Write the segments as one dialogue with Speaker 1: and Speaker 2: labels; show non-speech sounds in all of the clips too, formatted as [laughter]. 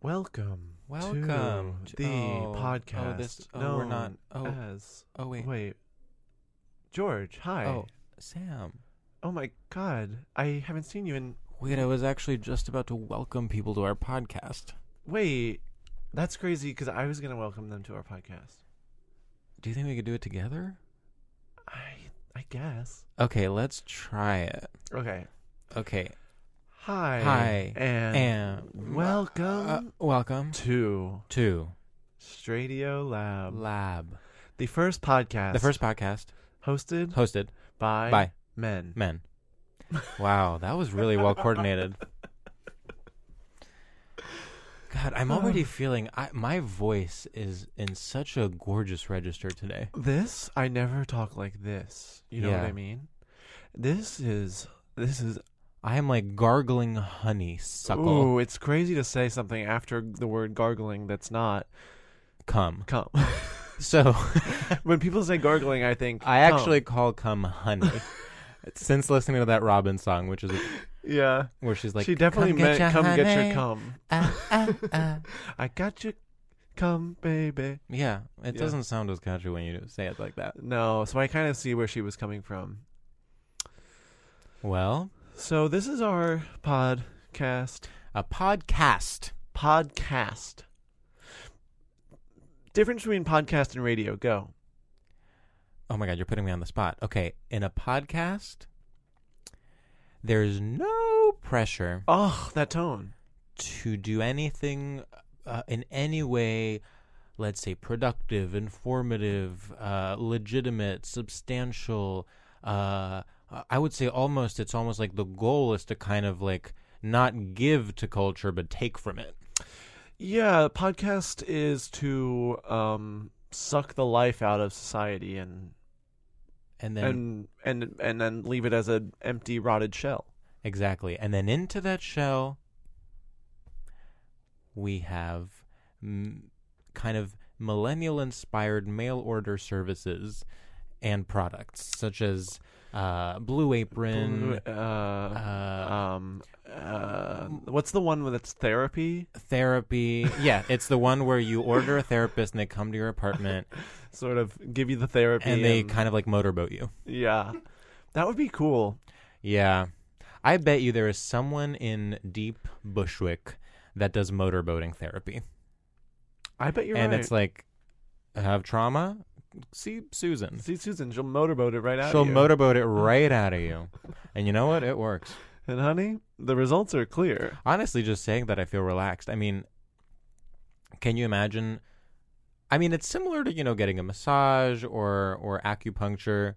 Speaker 1: Welcome.
Speaker 2: Welcome
Speaker 1: to
Speaker 2: to-
Speaker 1: the
Speaker 2: oh,
Speaker 1: podcast.
Speaker 2: oh, this-
Speaker 1: known
Speaker 2: oh, we're not- oh,
Speaker 1: as-
Speaker 2: oh, wait.
Speaker 1: Wait. George, hi.
Speaker 2: Oh, Sam.
Speaker 1: Oh my god. I haven't seen you in
Speaker 2: Wait, I was actually just about to welcome people to our podcast.
Speaker 1: Wait. That's crazy cuz I was going to welcome them to our podcast.
Speaker 2: Do you think we could do it together?
Speaker 1: I I guess.
Speaker 2: Okay, let's try it.
Speaker 1: Okay.
Speaker 2: Okay.
Speaker 1: Hi.
Speaker 2: Hi.
Speaker 1: And,
Speaker 2: and-
Speaker 1: welcome
Speaker 2: Uh, welcome
Speaker 1: to
Speaker 2: to
Speaker 1: Stradio Lab.
Speaker 2: Lab,
Speaker 1: the first podcast.
Speaker 2: the first podcast
Speaker 1: hosted
Speaker 2: hosted
Speaker 1: by,
Speaker 2: by
Speaker 1: men.
Speaker 2: men. Wow, that was really well coordinated. God, I'm already feeling I, my voice is in such a gorgeous register today.
Speaker 1: This I never talk like this. You know what
Speaker 2: Yeah.
Speaker 1: I mean? This is this is
Speaker 2: I am like gargling honeysuckle.
Speaker 1: Ooh, it's crazy to say something after the word gargling that's not
Speaker 2: Come.
Speaker 1: cum. [laughs]
Speaker 2: So
Speaker 1: when people say gargling, I think
Speaker 2: I
Speaker 1: cum.
Speaker 2: actually call cum honey. [laughs] Since listening to that Robin song, which is
Speaker 1: yeah.
Speaker 2: where she's like,
Speaker 1: she definitely
Speaker 2: "Come get
Speaker 1: meant
Speaker 2: your
Speaker 1: come get your
Speaker 2: honey." [laughs]
Speaker 1: cum.
Speaker 2: Ah, ah, ah.
Speaker 1: I got your cum, baby.
Speaker 2: Yeah, it
Speaker 1: Yeah.
Speaker 2: doesn't sound as catchy when you say it like that.
Speaker 1: No, so I kind of see where she was coming from.
Speaker 2: Well,
Speaker 1: So this is our podcast.
Speaker 2: a podcast.
Speaker 1: Podcast. Difference between podcast and radio. Go.
Speaker 2: Oh my God, you're putting me on the spot. Okay, in a podcast, there's no pressure
Speaker 1: Oh, that tone.
Speaker 2: to do anything uh, in any way, let's say, productive, informative, uh, legitimate, substantial. Uh, I would say almost, it's almost like the goal is to kind of like not give to culture, but take from it.
Speaker 1: Yeah, podcast is to um suck the life out of society and
Speaker 2: And then,
Speaker 1: and and and then leave it as an empty rotted shell.
Speaker 2: exactly. And then into that shell, we have mm, kind of millennial inspired mail order services and products such as uh, Blue Apron,
Speaker 1: Uh,
Speaker 2: uh,
Speaker 1: um, uh, what's the one that's therapy?
Speaker 2: therapy. Yeah, it's the one where you order a therapist and they come to your apartment
Speaker 1: Sort of give you the therapy,
Speaker 2: and they kind of like motorboat you.
Speaker 1: yeah, that would be cool.
Speaker 2: Yeah. I bet you there is someone in deep Bushwick that does motorboating therapy.
Speaker 1: I bet you're
Speaker 2: and
Speaker 1: right.
Speaker 2: it's like, have trauma? See Susan.
Speaker 1: see Susan, she'll motorboat it right out.
Speaker 2: She'll
Speaker 1: you. [laughs]
Speaker 2: motorboat it right out of you. And you know what? It works.
Speaker 1: And honey, the results are clear.
Speaker 2: Honestly, just saying that, I feel relaxed. I mean, can you imagine? I mean, it's similar to, you know, getting a massage or, or acupuncture.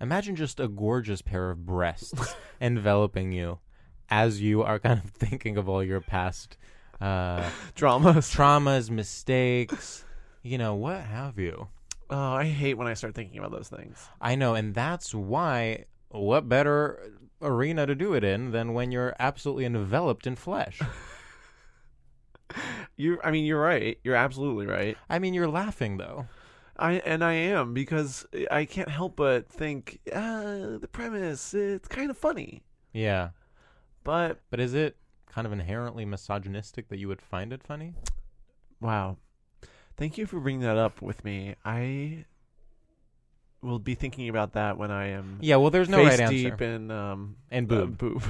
Speaker 2: Imagine just a gorgeous pair of
Speaker 1: [laughs]
Speaker 2: breasts enveloping you as you are kind of thinking of all your past uh,
Speaker 1: Dramas.
Speaker 2: traumas, mistakes, you know, what have you.
Speaker 1: Oh, I hate when I start thinking about those things.
Speaker 2: I know, and that's why what better arena to do it in than when you're absolutely enveloped
Speaker 1: [laughs]
Speaker 2: in flesh.
Speaker 1: You, I mean, you're right. You're absolutely right.
Speaker 2: I mean, you're laughing though.
Speaker 1: I and I am because I can't help but think uh, the premise. It's kind of funny,
Speaker 2: Yeah.
Speaker 1: but
Speaker 2: But is it kind of inherently misogynistic that you would find it funny?
Speaker 1: wow. Thank you for bringing that up with me. I will be thinking about that when I am
Speaker 2: Yeah, well, there's no
Speaker 1: face
Speaker 2: right answer. [laughs]
Speaker 1: deep in um
Speaker 2: And
Speaker 1: uh,
Speaker 2: boob.
Speaker 1: boob.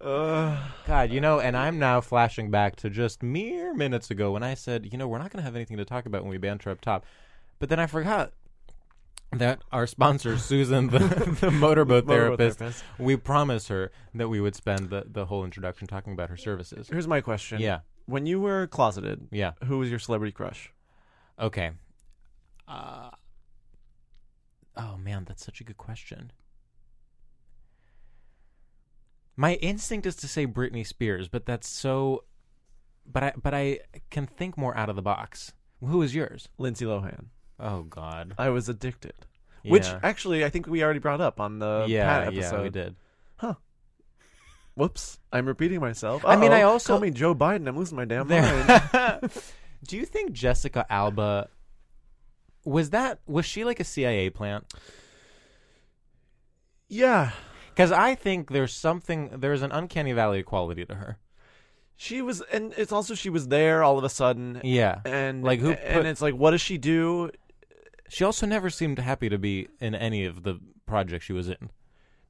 Speaker 1: uh,
Speaker 2: God, you know, and I'm now flashing back to just mere minutes ago when I said, you know, we're not going to have anything to talk about when we banter up top. But then I forgot that
Speaker 1: [laughs]
Speaker 2: our sponsor, Susan, the, the
Speaker 1: Motorboat
Speaker 2: motorboat therapist,
Speaker 1: therapist.
Speaker 2: we promised her that we would spend the, the whole introduction talking about her services.
Speaker 1: here's my question.
Speaker 2: Yeah,
Speaker 1: When you were closeted,
Speaker 2: yeah.
Speaker 1: who was your celebrity crush?
Speaker 2: Okay. Uh, oh man, that's such a good question. My instinct is to say Britney Spears, but that's so. But I but I can think more out of the box. Who is yours?
Speaker 1: Lindsay Lohan.
Speaker 2: Oh God.
Speaker 1: I was addicted. Which
Speaker 2: Yeah.
Speaker 1: actually, I think we already brought up on the
Speaker 2: yeah,
Speaker 1: Pat episode.
Speaker 2: yeah, we did.
Speaker 1: Whoops, I'm repeating myself.
Speaker 2: I mean, I
Speaker 1: Uh-oh,
Speaker 2: also-
Speaker 1: call me Joe Biden. I'm losing my damn
Speaker 2: [laughs]
Speaker 1: mind. [laughs]
Speaker 2: There- Do you think Jessica Alba was that? Was she like a CIA plant?
Speaker 1: yeah,
Speaker 2: Because I think there's something. There's an uncanny valley quality to her.
Speaker 1: she was, and it's also she was there all of a sudden.
Speaker 2: Yeah.
Speaker 1: And
Speaker 2: Like, who put-
Speaker 1: and it's like, what does she do?
Speaker 2: She also never seemed happy to be in any of the projects she was in.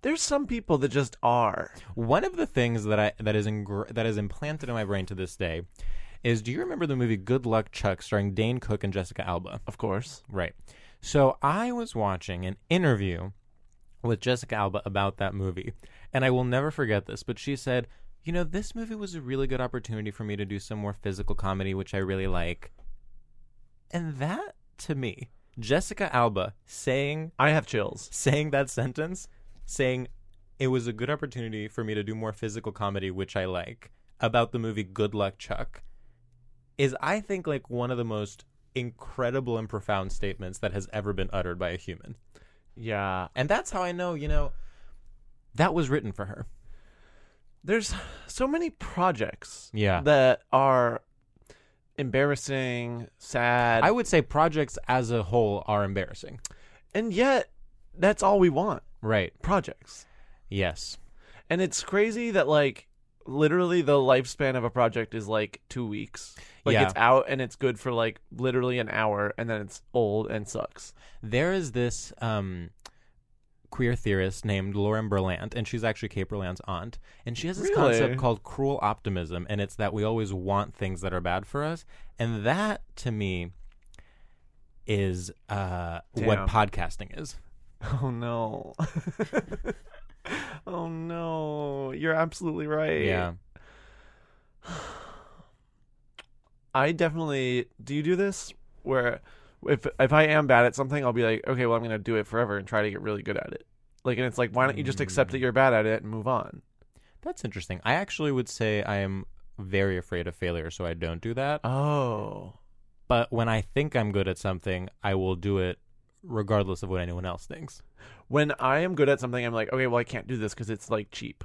Speaker 1: There's some people that just are.
Speaker 2: One of the things that I that is ingr- that is implanted in my brain to this day is do you remember the movie Good Luck Chuck starring Dane Cook and Jessica Alba?
Speaker 1: Of course,
Speaker 2: Right. So I was watching an interview with Jessica Alba about that movie, and I will never forget this, but she said, "You know, this movie was a really good opportunity for me to do some more physical comedy, which I really like." And that to me, Jessica Alba saying
Speaker 1: I have chills.
Speaker 2: saying that sentence, saying it was a good opportunity for me to do more physical comedy, which I like, about the movie Good Luck Chuck, is I think like one of the most incredible and profound statements that has ever been uttered by a human.
Speaker 1: Yeah,
Speaker 2: And that's how I know, you know, that was written for her.
Speaker 1: there's so many projects.
Speaker 2: Yeah.
Speaker 1: that are embarrassing, sad,
Speaker 2: I would say projects as a whole are embarrassing.
Speaker 1: and yet that's all we want.
Speaker 2: Right.
Speaker 1: Projects.
Speaker 2: Yes.
Speaker 1: And it's crazy that like literally the lifespan of a project is like two weeks. Like
Speaker 2: Yeah.
Speaker 1: it's out and it's good for like literally an hour and then it's old and sucks.
Speaker 2: There is this um, queer theorist named Lauren Berlant, and she's actually Kate Berlant's aunt. And she has this
Speaker 1: Really?
Speaker 2: concept called cruel optimism, and it's that we always want things that are bad for us. And that, to me, is uh, what
Speaker 1: Damn.
Speaker 2: podcasting is.
Speaker 1: [laughs] Oh no. [laughs] oh no. You're absolutely right.
Speaker 2: Yeah.
Speaker 1: I definitely do you do this where if if I am bad at something, I'll be like, okay, well I'm gonna do it forever and try to get really good at it. Like and it's like, why don't you just accept that you're bad at it and move on?
Speaker 2: That's interesting. I actually would say I am very afraid of failure, so I don't do that.
Speaker 1: Oh.
Speaker 2: But when I think I'm good at something, I will do it regardless of what anyone else thinks.
Speaker 1: When I am good at something, I'm like, okay, well I can't do this because it's like cheap.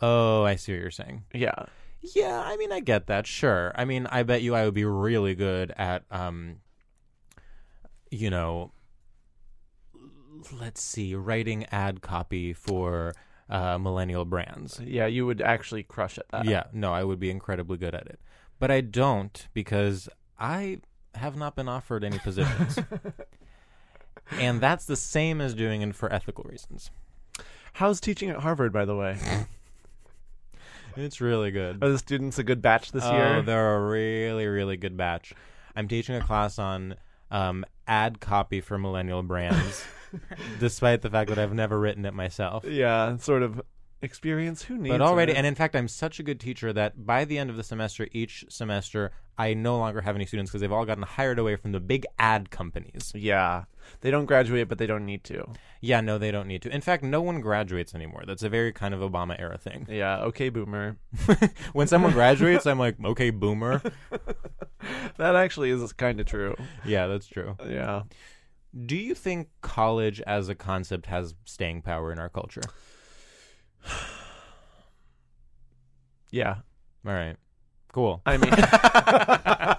Speaker 2: Oh, I see what you're saying.
Speaker 1: Yeah.
Speaker 2: Yeah, I mean, I get that. Sure. I mean, I bet you I would be really good at um, you know, let's see, writing ad copy for uh, millennial brands.
Speaker 1: Yeah, you would actually crush at that.
Speaker 2: yeah, no, I would be incredibly good at it. But I don't because I have not been offered any [laughs] positions. and that's the same as doing it for ethical reasons.
Speaker 1: How's teaching at Harvard, by the way?
Speaker 2: It's really good.
Speaker 1: Are the students a good batch this
Speaker 2: Oh,
Speaker 1: year?
Speaker 2: they're a really, really good batch. I'm teaching a class on um, ad copy for
Speaker 1: [laughs]
Speaker 2: millennial brands, despite the fact that I've never written it myself.
Speaker 1: Yeah, sort of experience. Who needs
Speaker 2: But already,
Speaker 1: it?
Speaker 2: and in fact, I'm such a good teacher that by the end of the semester, each semester, I no longer have any students because they've all gotten hired away from the big ad companies.
Speaker 1: yeah, they don't graduate, but they don't need to.
Speaker 2: Yeah, no, they don't need to. In fact, no one graduates anymore. That's a very kind of Obama era thing. [laughs]
Speaker 1: Yeah, okay, boomer.
Speaker 2: when someone graduates, I'm like,
Speaker 1: [laughs]
Speaker 2: okay, boomer.
Speaker 1: That actually is kind of true.
Speaker 2: Yeah, that's true.
Speaker 1: Yeah.
Speaker 2: Do you think college as a concept has staying power in our culture?
Speaker 1: Yeah.
Speaker 2: All right. Cool.
Speaker 1: I mean,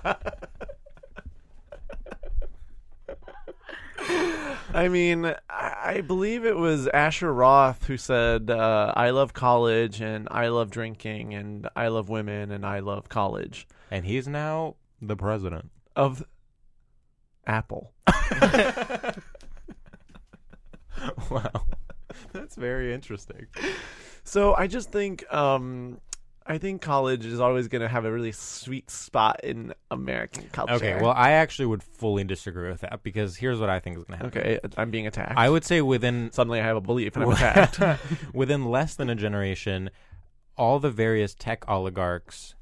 Speaker 1: I mean, I- I believe it was Asher Roth who said, uh, "I love college, and I love drinking, and I love women, and I love college."
Speaker 2: And he's now the president.
Speaker 1: Of Apple. [laughs]
Speaker 2: Wow. That's very interesting.
Speaker 1: So I just think, um, I think college is always going to have a really sweet spot in American culture.
Speaker 2: Okay, well, I actually would fully disagree with that because here's what I think is going to happen.
Speaker 1: okay, I'm being attacked.
Speaker 2: I would say within
Speaker 1: Suddenly, I have a belief, and I'm [laughs] attacked.
Speaker 2: [laughs] within less than a generation, all the various tech oligarchs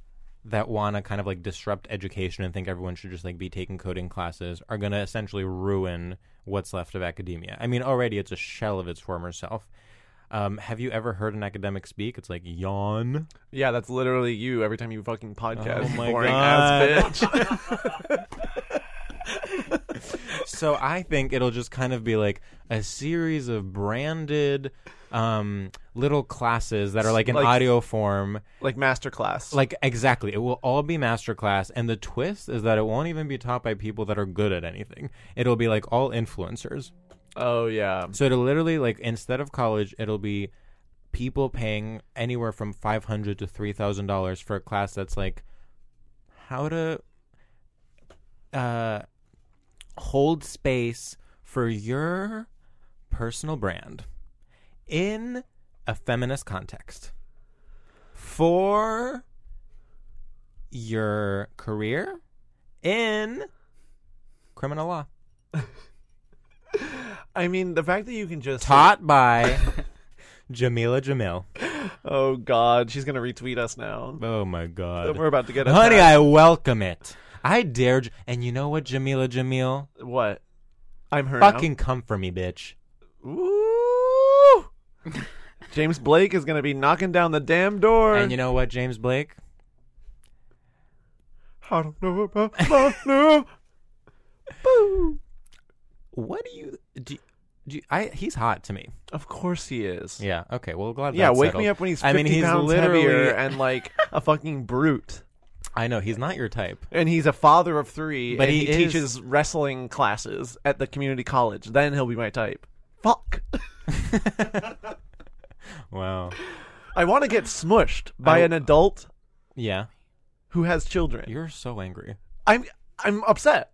Speaker 2: that want to kind of like disrupt education and think everyone should just like be taking coding classes are going to essentially ruin what's left of academia. I mean, already it's a shell of its former self. Um, have you ever heard an academic speak? It's like yawn.
Speaker 1: Yeah, that's literally you every time you fucking podcast.
Speaker 2: Oh my
Speaker 1: boring
Speaker 2: God.
Speaker 1: ass
Speaker 2: [laughs]
Speaker 1: bitch.
Speaker 2: So I think it'll just kind of be like a series of branded um, little classes that are like in
Speaker 1: Like-
Speaker 2: audio form.
Speaker 1: like masterclass.
Speaker 2: Like exactly, it will all be masterclass, and the twist is that it won't even be taught by people that are good at anything. It'll be like all influencers.
Speaker 1: oh yeah,
Speaker 2: So it'll literally like instead of college, it'll be people paying anywhere from five hundred to three thousand dollars for a class that's like how to uh, hold space for your personal brand in a feminist context for your career in criminal law
Speaker 1: I mean the fact that you can just
Speaker 2: taught by [laughs] Jamila Jamil.
Speaker 1: Oh god, she's gonna retweet us now.
Speaker 2: Oh my god.
Speaker 1: We're about to get
Speaker 2: Honey,
Speaker 1: attacked.
Speaker 2: I welcome it. I dare j- and you know what Jamila Jamil?
Speaker 1: what? I'm her. now.
Speaker 2: Fucking come for me, bitch.
Speaker 1: Ooh. James Blake is gonna be knocking down the damn door.
Speaker 2: And you know what, James Blake?
Speaker 1: I don't know about my [laughs] love.
Speaker 2: What do you do, do you- I he's hot to me.
Speaker 1: Of course he is.
Speaker 2: Yeah, okay. Well, glad
Speaker 1: Yeah,
Speaker 2: that's
Speaker 1: wake
Speaker 2: settled.
Speaker 1: me up when he's
Speaker 2: I
Speaker 1: 50
Speaker 2: mean, he's
Speaker 1: pounds
Speaker 2: literally [laughs]
Speaker 1: heavier and like a fucking brute.
Speaker 2: I know he's not your type.
Speaker 1: and he's a father of three,
Speaker 2: But
Speaker 1: and
Speaker 2: he
Speaker 1: he,
Speaker 2: is-
Speaker 1: teaches wrestling classes at the community college. Then he'll be my type. Fuck.
Speaker 2: Wow.
Speaker 1: I want to get smushed by
Speaker 2: I-
Speaker 1: an adult
Speaker 2: Yeah.
Speaker 1: who has children.
Speaker 2: You're so angry.
Speaker 1: I'm I'm upset.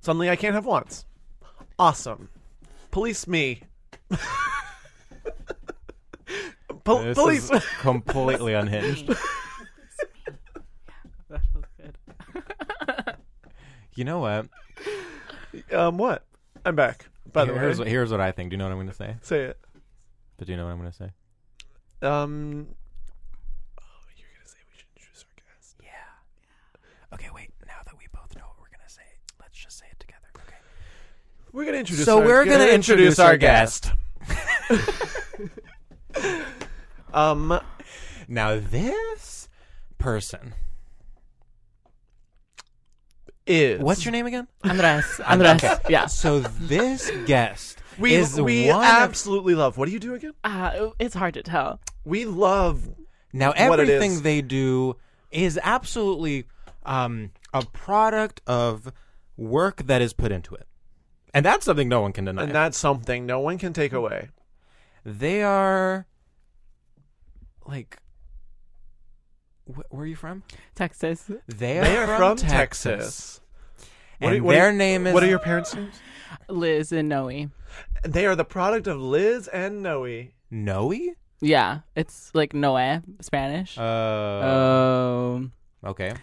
Speaker 1: Suddenly, I can't have wants. Awesome. Police
Speaker 2: [laughs]
Speaker 1: me. Po-
Speaker 2: This
Speaker 1: police.
Speaker 2: is completely unhinged. you know what?
Speaker 1: um, what? I'm back. By the way,
Speaker 2: here's, here's what I think. Do you know what I'm going to say?
Speaker 1: say it.
Speaker 2: But do you know what I'm going to say?
Speaker 1: Um, oh,
Speaker 2: Okay, wait. Now that we both know what we're going to say, let's just say it together. Okay.
Speaker 1: we're gonna introduce.
Speaker 2: So
Speaker 1: our-
Speaker 2: we're gonna introduce our guest.
Speaker 1: Um,
Speaker 2: Now, this person.
Speaker 1: is
Speaker 2: What's your name again? [laughs]
Speaker 3: Andres. Andres. Yeah.
Speaker 2: So, this guest
Speaker 1: [laughs] We
Speaker 2: is
Speaker 1: we
Speaker 2: one. of-
Speaker 1: absolutely love. What do you do again?
Speaker 4: Uh, it's hard to tell.
Speaker 1: We love.
Speaker 2: now,
Speaker 1: what it
Speaker 2: everything
Speaker 1: is.
Speaker 2: they do is absolutely um, a product of work that is put into it. And that's something no one can deny.
Speaker 1: And that's something no one can take away.
Speaker 2: they are like wh- where are you from?
Speaker 4: Texas.
Speaker 2: They are,
Speaker 1: They are from
Speaker 2: Texas.
Speaker 1: Texas.
Speaker 2: And
Speaker 1: are- what
Speaker 2: their
Speaker 1: are-
Speaker 2: name is
Speaker 1: What are your parents' names?
Speaker 4: Liz and Noe.
Speaker 1: They are the product of Liz and Noe.
Speaker 2: Noe?
Speaker 4: Yeah, it's like Noe, Spanish.
Speaker 2: Uh,
Speaker 4: um,
Speaker 2: okay.
Speaker 4: do you
Speaker 2: Oh.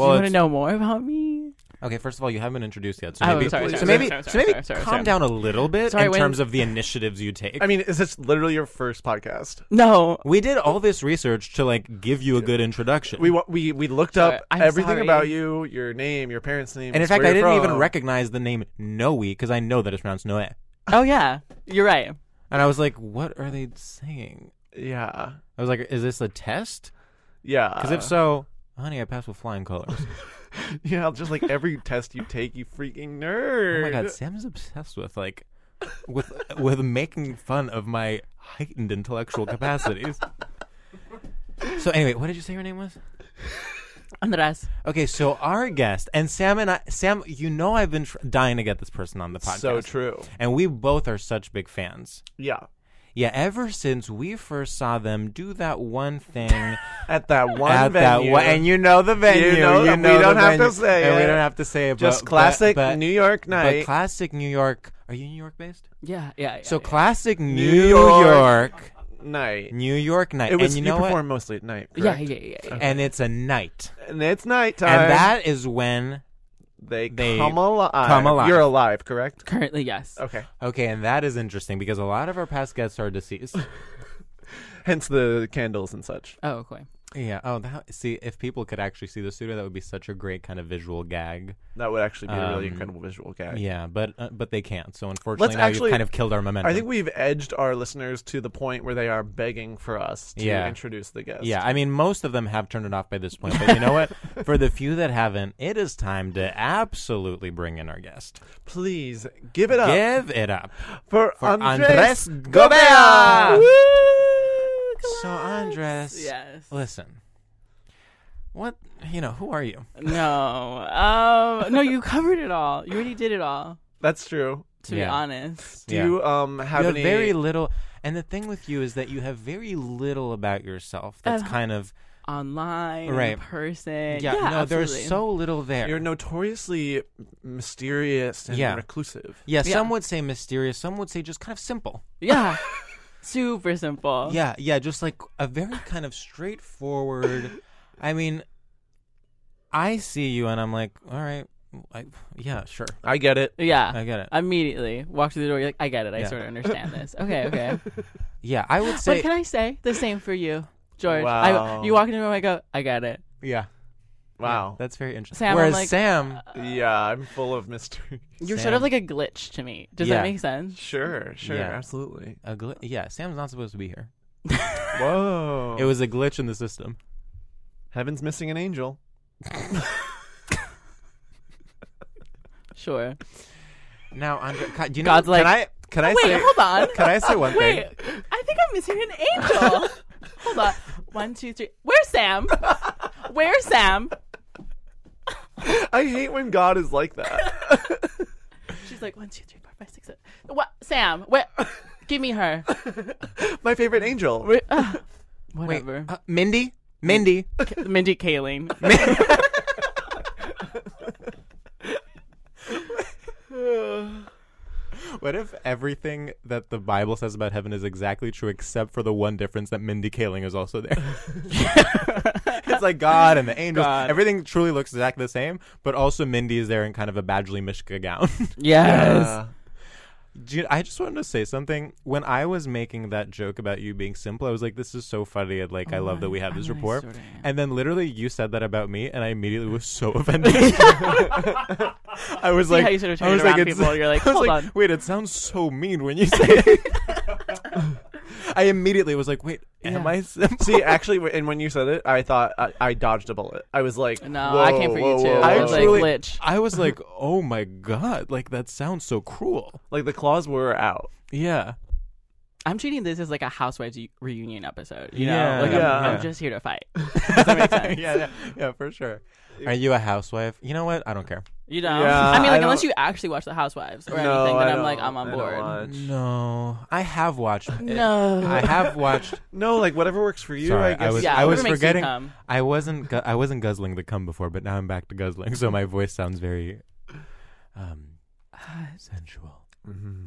Speaker 2: Well,
Speaker 4: want to
Speaker 2: it's-
Speaker 4: know more about me?
Speaker 2: okay. First of all, you haven't been introduced yet, so
Speaker 4: Oh,
Speaker 2: maybe
Speaker 4: sorry,
Speaker 2: so
Speaker 4: sorry,
Speaker 2: maybe
Speaker 4: sorry, sorry,
Speaker 2: so maybe
Speaker 4: sorry, sorry,
Speaker 2: calm
Speaker 4: sorry.
Speaker 2: down a little bit
Speaker 4: Sorry,
Speaker 2: in
Speaker 4: when-
Speaker 2: terms of the initiatives you take.
Speaker 1: I mean, is this literally your first podcast?
Speaker 4: No.
Speaker 2: we did all this research to like give you a good introduction.
Speaker 1: We wa- we we looked
Speaker 4: Sorry,
Speaker 1: up
Speaker 4: I'm
Speaker 1: everything
Speaker 4: sorry.
Speaker 1: about you, your name, your parents' name,
Speaker 2: and in fact,
Speaker 1: where
Speaker 2: I
Speaker 1: you're
Speaker 2: didn't even
Speaker 1: from.
Speaker 2: recognize the name Noe because I know that it's pronounced Noe,
Speaker 4: Oh yeah, you're right.
Speaker 2: and I was like, "What are they saying?"
Speaker 1: Yeah,
Speaker 2: I was like, "Is this a test?"
Speaker 1: yeah.
Speaker 2: Because if so, honey, I passed with flying colors. Oh
Speaker 1: yeah, just like every test you take, you freaking nerd.
Speaker 2: Oh my god, Sam is obsessed with like with with making fun of my heightened intellectual capacities. So anyway, what did you say your name was?
Speaker 4: Andres.
Speaker 2: Okay, so our guest and Sam and I, Sam, you know I've been tr- dying to get this person on the podcast.
Speaker 1: So true.
Speaker 2: And we both are such big fans.
Speaker 1: Yeah,
Speaker 2: Yeah, ever since we first saw them do that one thing
Speaker 1: at that one
Speaker 2: at that
Speaker 1: venue,
Speaker 2: one, and you know the venue,
Speaker 1: You know- we
Speaker 2: the
Speaker 1: don't have to
Speaker 2: venue,
Speaker 1: say
Speaker 2: and we
Speaker 1: it.
Speaker 2: don't have to say it.
Speaker 1: Just
Speaker 2: but- but-
Speaker 1: classic
Speaker 2: but-
Speaker 1: New York
Speaker 2: but
Speaker 1: night.
Speaker 2: classic New York. Are you New York based?
Speaker 4: Yeah, yeah. yeah
Speaker 2: So
Speaker 4: yeah.
Speaker 2: classic New,
Speaker 1: York.
Speaker 2: York.
Speaker 1: night.
Speaker 2: New York night.
Speaker 1: It was
Speaker 2: and you know
Speaker 1: perform mostly at night.
Speaker 4: Yeah,
Speaker 1: Correct?
Speaker 4: yeah, yeah, yeah.
Speaker 2: what? And it's a night.
Speaker 1: and it's nighttime.
Speaker 2: And that is when
Speaker 1: they,
Speaker 2: they
Speaker 1: come alive.
Speaker 2: come alive.
Speaker 1: You're alive, correct?
Speaker 4: Currently, yes.
Speaker 1: Okay.
Speaker 2: okay, and that is interesting because a lot of our past guests
Speaker 1: [laughs]
Speaker 2: are deceased.
Speaker 1: Hence the candles and such.
Speaker 4: Oh, okay.
Speaker 2: yeah. Oh, that, see, if people could actually see the studio, that would be such a great kind of visual gag.
Speaker 1: That would actually be a really
Speaker 2: Um,
Speaker 1: incredible visual gag.
Speaker 2: Yeah, but uh, but they can't. So unfortunately, now
Speaker 1: actually-
Speaker 2: you've kind of killed our momentum.
Speaker 1: I think we've edged our listeners to the point where they are begging for us to
Speaker 2: Yeah.
Speaker 1: introduce the guest.
Speaker 2: Yeah, I mean, most of them have turned it off by this point. But you know [laughs] what? For the few that haven't, it is time to absolutely bring in our guest.
Speaker 1: Please give it up
Speaker 2: Give it up.
Speaker 1: for,
Speaker 2: for
Speaker 1: Andres,
Speaker 2: Andres
Speaker 1: Gobea.
Speaker 2: Gobea.
Speaker 1: Woo!
Speaker 2: So, Andres,
Speaker 4: Yes.
Speaker 2: listen. What, you know, who are you?
Speaker 4: No. Um. No, you covered it all. You already did it all.
Speaker 1: That's true.
Speaker 4: To be
Speaker 2: Yeah.
Speaker 4: honest.
Speaker 1: Do
Speaker 2: Yeah.
Speaker 1: you um have,
Speaker 2: you have
Speaker 1: any
Speaker 2: very little. And the thing with you is that you have very little about yourself that's kind of.
Speaker 4: Online. in
Speaker 2: Right.
Speaker 4: Person.
Speaker 2: Yeah, no,
Speaker 4: absolutely.
Speaker 2: there's so little there.
Speaker 1: You're notoriously mysterious and
Speaker 2: Yeah.
Speaker 1: reclusive.
Speaker 2: yeah, some
Speaker 4: Yeah.
Speaker 2: would say mysterious, some would say just kind of simple.
Speaker 1: [laughs]
Speaker 4: Yeah. Super simple.
Speaker 2: Yeah, yeah, just like a very kind of straightforward. I mean, I see you and I'm like, all right, I, yeah, sure,
Speaker 1: I get it.
Speaker 4: Yeah.
Speaker 2: I get it.
Speaker 4: Immediately walk through the door. You're like, I get it. I
Speaker 2: Yeah.
Speaker 4: sort of understand this. Okay. Okay.
Speaker 2: [laughs] Yeah, I would
Speaker 4: but
Speaker 2: say,
Speaker 4: can I say the same for you, George? I,
Speaker 1: Wow.
Speaker 4: you walk into the room. I go, I got it.
Speaker 2: yeah,
Speaker 1: Wow.
Speaker 2: that's very interesting.
Speaker 4: Sam, I'm
Speaker 2: Whereas
Speaker 4: like- uh,
Speaker 2: Sam,
Speaker 1: yeah, I'm full of mystery. [laughs]
Speaker 4: You're sort
Speaker 2: Sam.
Speaker 4: of like a glitch to me. Does
Speaker 2: Yeah.
Speaker 4: that make sense?
Speaker 1: sure, sure,
Speaker 2: Yeah.
Speaker 1: absolutely.
Speaker 2: a gl- yeah, Sam's not supposed to be here.
Speaker 1: Whoa.
Speaker 2: It was a glitch in the system.
Speaker 1: Heaven's missing an angel.
Speaker 4: Sure.
Speaker 2: Now, Andre, ca- do you know,
Speaker 4: God's like,
Speaker 2: can I can I
Speaker 4: Wait,
Speaker 2: say
Speaker 4: hold on.
Speaker 2: can I say
Speaker 4: [laughs]
Speaker 2: one
Speaker 4: Wait,
Speaker 2: thing?
Speaker 4: I think I'm missing an [laughs] angel. hold on. One, two, three.
Speaker 1: [laughs]
Speaker 4: Where's Sam? Where's Sam?
Speaker 1: I hate when God is like
Speaker 4: [laughs]
Speaker 1: that.
Speaker 4: She's like, one, two, three, four, five, six, seven. What? Sam, where? Give me her.
Speaker 1: My favorite angel.
Speaker 2: [sighs]
Speaker 4: Where- ugh. Whatever.
Speaker 2: uh, Mindy, Mindy,
Speaker 4: Mindy Kaling.
Speaker 2: What if everything that the Bible says about heaven is exactly true except for the one difference that Mindy Kaling is also
Speaker 4: [laughs]
Speaker 2: there? it's like God and the angels.
Speaker 4: God.
Speaker 2: Everything truly looks exactly the same, but also Mindy is there in kind of a Badgley Mishka gown. [laughs]
Speaker 4: Yes.
Speaker 1: Uh,
Speaker 2: Do you- I just wanted to say something. When I was making that joke about you being simple, I was like, this is so funny. And
Speaker 4: Oh
Speaker 2: like, I love that we have this rapport.
Speaker 4: sorta am.
Speaker 2: and then literally you said that about me, and I immediately was
Speaker 4: [laughs]
Speaker 2: so offended. [laughs] I was like,
Speaker 4: how you sort of turn
Speaker 2: I
Speaker 4: it
Speaker 2: was
Speaker 4: around
Speaker 2: like, it's-
Speaker 4: people,
Speaker 1: [laughs]
Speaker 4: you're like, [laughs]
Speaker 2: I was
Speaker 4: "Hold on."
Speaker 2: Wait, it sounds so mean when you say it. [laughs] I immediately was like, wait, am
Speaker 4: Yeah.
Speaker 2: I simple?
Speaker 1: See, actually, wh- and when you said it, I thought I, I dodged a bullet. I was like,
Speaker 4: No,
Speaker 1: whoa,
Speaker 4: I came for you
Speaker 1: whoa,
Speaker 4: too.
Speaker 1: whoa,
Speaker 4: I
Speaker 1: whoa.
Speaker 4: was like,
Speaker 2: truly-
Speaker 4: glitch.
Speaker 2: [laughs] I was like, oh my god, like that sounds so cruel.
Speaker 1: Like, the claws were out.
Speaker 2: Yeah.
Speaker 4: I'm treating this as like a Housewives u- reunion episode. You
Speaker 2: Yeah.
Speaker 4: know? Like, I'm,
Speaker 1: Yeah.
Speaker 2: [laughs]
Speaker 4: I'm just here to fight. Does that make sense?
Speaker 2: yeah, yeah, yeah, for sure. Are you a housewife? You know what? I don't care.
Speaker 4: You know,
Speaker 1: Yeah,
Speaker 4: I mean,
Speaker 1: I
Speaker 4: like unless
Speaker 1: don't-
Speaker 4: you actually watch The Housewives or
Speaker 1: No,
Speaker 4: anything,
Speaker 1: I
Speaker 4: then I'm
Speaker 1: don't-
Speaker 4: like, I'm on
Speaker 1: I don't
Speaker 4: board.
Speaker 1: watch.
Speaker 2: No, I have watched. it.
Speaker 4: No.
Speaker 2: I have watched.
Speaker 1: No, like whatever works for you.
Speaker 2: Sorry,
Speaker 1: I guess.
Speaker 2: was
Speaker 4: Yeah,
Speaker 2: I was
Speaker 4: whatever makes you
Speaker 2: forgetting.
Speaker 4: come.
Speaker 2: I wasn't gu- I wasn't guzzling the cum before, but now I'm back to guzzling, so my voice sounds very um sensual. Mm-hmm.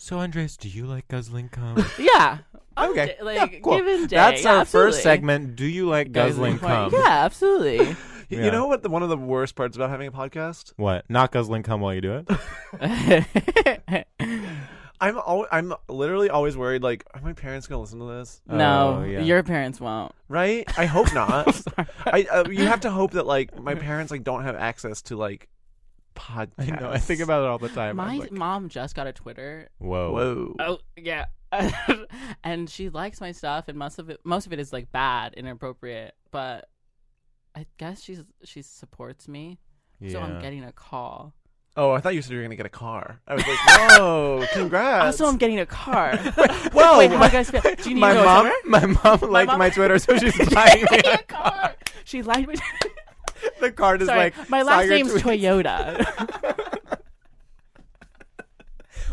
Speaker 2: So, Andres, do you like guzzling
Speaker 4: [laughs]
Speaker 2: cum?
Speaker 4: Yeah.
Speaker 2: Okay.
Speaker 4: Like, given day.
Speaker 2: That's
Speaker 4: yeah,
Speaker 2: our
Speaker 4: absolutely.
Speaker 2: first segment. Do you like guzzling cum?
Speaker 4: Yeah,
Speaker 2: [laughs]
Speaker 4: absolutely.
Speaker 1: You-
Speaker 2: Yeah.
Speaker 1: You know what? The, one of the worst parts about having a podcast,
Speaker 2: What? Not guzzling cum while you do
Speaker 4: [laughs]
Speaker 2: it?
Speaker 1: I'm al- I'm literally always worried. Like, are my parents gonna listen to this?
Speaker 4: no,
Speaker 2: Oh, yeah.
Speaker 4: your parents won't.
Speaker 1: Right? I
Speaker 2: [laughs]
Speaker 1: hope not. I uh, you have to hope that like my parents like don't have access to like podcasts.
Speaker 2: I know. I think about it all the time.
Speaker 4: My
Speaker 2: I'm like,
Speaker 4: mom just got a Twitter.
Speaker 2: Whoa.
Speaker 1: Whoa.
Speaker 4: Oh yeah, and she likes my stuff, and most of it, most of it is like bad, inappropriate. But I guess she's she supports me,
Speaker 2: Yeah.
Speaker 4: so I'm getting a call.
Speaker 1: Oh, I thought you said you were gonna get a car. I was
Speaker 4: [laughs]
Speaker 1: like, whoa, congrats.
Speaker 4: Also, I'm getting
Speaker 2: [laughs]
Speaker 4: a
Speaker 1: [laughs]
Speaker 4: car.
Speaker 1: Whoa,
Speaker 4: Wait, how do
Speaker 1: my-
Speaker 4: you guys feel? Do you need
Speaker 2: my
Speaker 4: to go
Speaker 2: mom,
Speaker 4: somewhere?
Speaker 2: my mom liked my,
Speaker 4: mom- [laughs]
Speaker 2: Twitter, so she's buying me a car.
Speaker 4: She liked [laughs] my.
Speaker 2: The card is
Speaker 4: Sorry,
Speaker 2: like
Speaker 4: my
Speaker 2: saw
Speaker 4: last
Speaker 2: your
Speaker 4: name's
Speaker 2: tweet. [laughs]
Speaker 4: Toyota.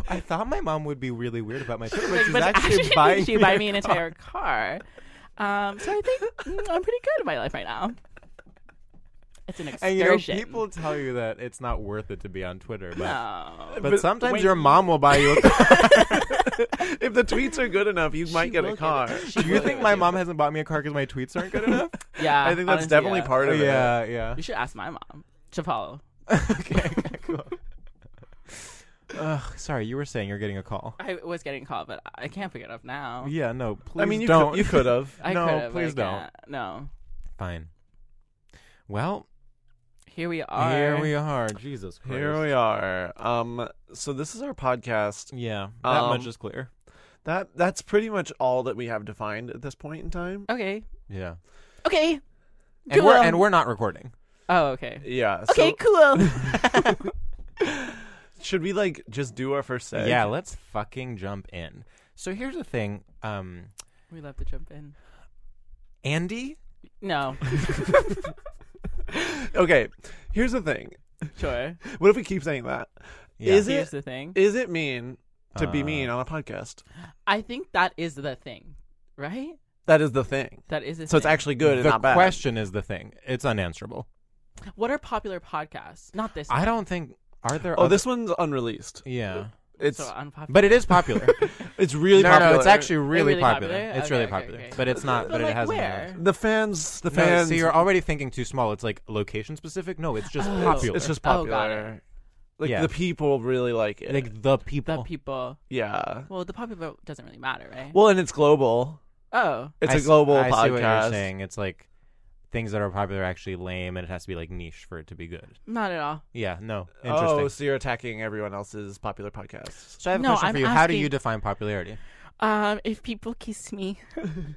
Speaker 2: I thought my mom would be really weird about my Twitter, but she's
Speaker 4: but
Speaker 2: actually, buying
Speaker 4: [laughs] she buy me an entire car. Um, so I
Speaker 2: [laughs]
Speaker 4: think mm, I'm pretty good in my life right now. It's an
Speaker 2: And you know,
Speaker 4: excursion.
Speaker 2: people tell you that it's not worth it to be on Twitter, but
Speaker 4: No.
Speaker 2: but, sometimes your mom will buy you a car. [laughs]
Speaker 1: if the tweets are good enough, you might get a car.
Speaker 2: Do you think my mom hasn't bought me a car because my tweets aren't good enough?
Speaker 4: Yeah,
Speaker 1: I think that's
Speaker 4: honestly,
Speaker 1: definitely
Speaker 4: yeah.
Speaker 1: part of it.
Speaker 2: yeah, yeah.
Speaker 4: [laughs] You should ask my mom to follow.
Speaker 2: okay, okay, [laughs] cool. [laughs] Ugh, sorry, you were saying you're getting a call.
Speaker 4: I was getting called, but I can't pick it up now.
Speaker 2: Yeah, no, please
Speaker 1: I mean, you
Speaker 2: don't.
Speaker 1: Could, you could have.
Speaker 4: I
Speaker 2: no,
Speaker 4: could've, but I
Speaker 2: please don't.
Speaker 4: can't. No.
Speaker 2: [laughs] Fine. Well,
Speaker 4: Here we are.
Speaker 2: here we are. Jesus Christ.
Speaker 1: Here we are. Um, so this is our podcast.
Speaker 2: Yeah, that
Speaker 1: Um,
Speaker 2: much is clear.
Speaker 1: That that's pretty much all that we have defined at this point in time.
Speaker 4: Okay.
Speaker 2: Yeah,
Speaker 4: Okay.
Speaker 2: and
Speaker 4: Cool.
Speaker 2: we're and we're not recording.
Speaker 4: Oh, okay.
Speaker 1: Yeah.
Speaker 4: Okay,
Speaker 1: so
Speaker 4: [laughs] cool.
Speaker 1: [laughs] should we like just do our first set?
Speaker 2: Yeah, let's fucking jump in. So here's the thing, um,
Speaker 4: we love to jump in.
Speaker 2: Andy. [laughs]
Speaker 4: No.
Speaker 1: [laughs] Okay. Here's the thing.
Speaker 4: Sure.
Speaker 1: What if we keep saying that?
Speaker 2: Yeah.
Speaker 1: Is
Speaker 4: Here's
Speaker 1: it
Speaker 4: the thing.
Speaker 1: is it mean to be
Speaker 2: Uh,
Speaker 1: mean on a podcast?
Speaker 4: I think that is the thing, right?
Speaker 1: That is the thing.
Speaker 4: That is the
Speaker 1: So it's
Speaker 4: thing.
Speaker 1: actually good and
Speaker 2: the
Speaker 1: not bad.
Speaker 2: question is the thing. It's unanswerable.
Speaker 4: What are popular podcasts? Not this.
Speaker 2: I don't think are there.
Speaker 1: Oh,
Speaker 2: other-
Speaker 1: this one's unreleased.
Speaker 2: Yeah,
Speaker 1: It's
Speaker 4: so unpopular.
Speaker 2: but it is popular. [laughs]
Speaker 1: it's really
Speaker 2: no,
Speaker 1: popular.
Speaker 2: no, it's actually really,
Speaker 4: really
Speaker 2: popular.
Speaker 4: popular?
Speaker 2: It's
Speaker 4: Okay,
Speaker 2: really
Speaker 4: okay,
Speaker 2: popular,
Speaker 4: okay.
Speaker 2: but it's not.
Speaker 4: But,
Speaker 2: But, it
Speaker 4: like,
Speaker 2: hasn't.
Speaker 4: where?
Speaker 2: been-
Speaker 1: the fans. The
Speaker 2: No,
Speaker 1: fans.
Speaker 2: so you're already thinking too small. It's like location specific. No, it's
Speaker 4: [gasps]
Speaker 2: just
Speaker 4: Oh.
Speaker 2: popular.
Speaker 1: It's just
Speaker 4: Oh, got
Speaker 1: popular. like
Speaker 2: Yeah.
Speaker 1: the people really like it.
Speaker 2: like the
Speaker 4: the
Speaker 2: people.
Speaker 4: people.
Speaker 1: yeah.
Speaker 4: Well, the popular vote doesn't really matter, right?
Speaker 1: Well, and it's global.
Speaker 4: oh,
Speaker 1: It's
Speaker 2: a
Speaker 1: a global
Speaker 2: I
Speaker 1: podcast.
Speaker 2: See what you're saying. It's like things that are popular are actually lame, and it has to be like niche for it to be good.
Speaker 4: not at all.
Speaker 2: Yeah. No. Interesting.
Speaker 1: Oh, so you're attacking everyone else's popular podcasts.
Speaker 2: So I have a
Speaker 4: No,
Speaker 2: question
Speaker 4: I'm
Speaker 2: for you. How do
Speaker 4: asking-
Speaker 2: you define popularity?
Speaker 4: Um, if people kiss me,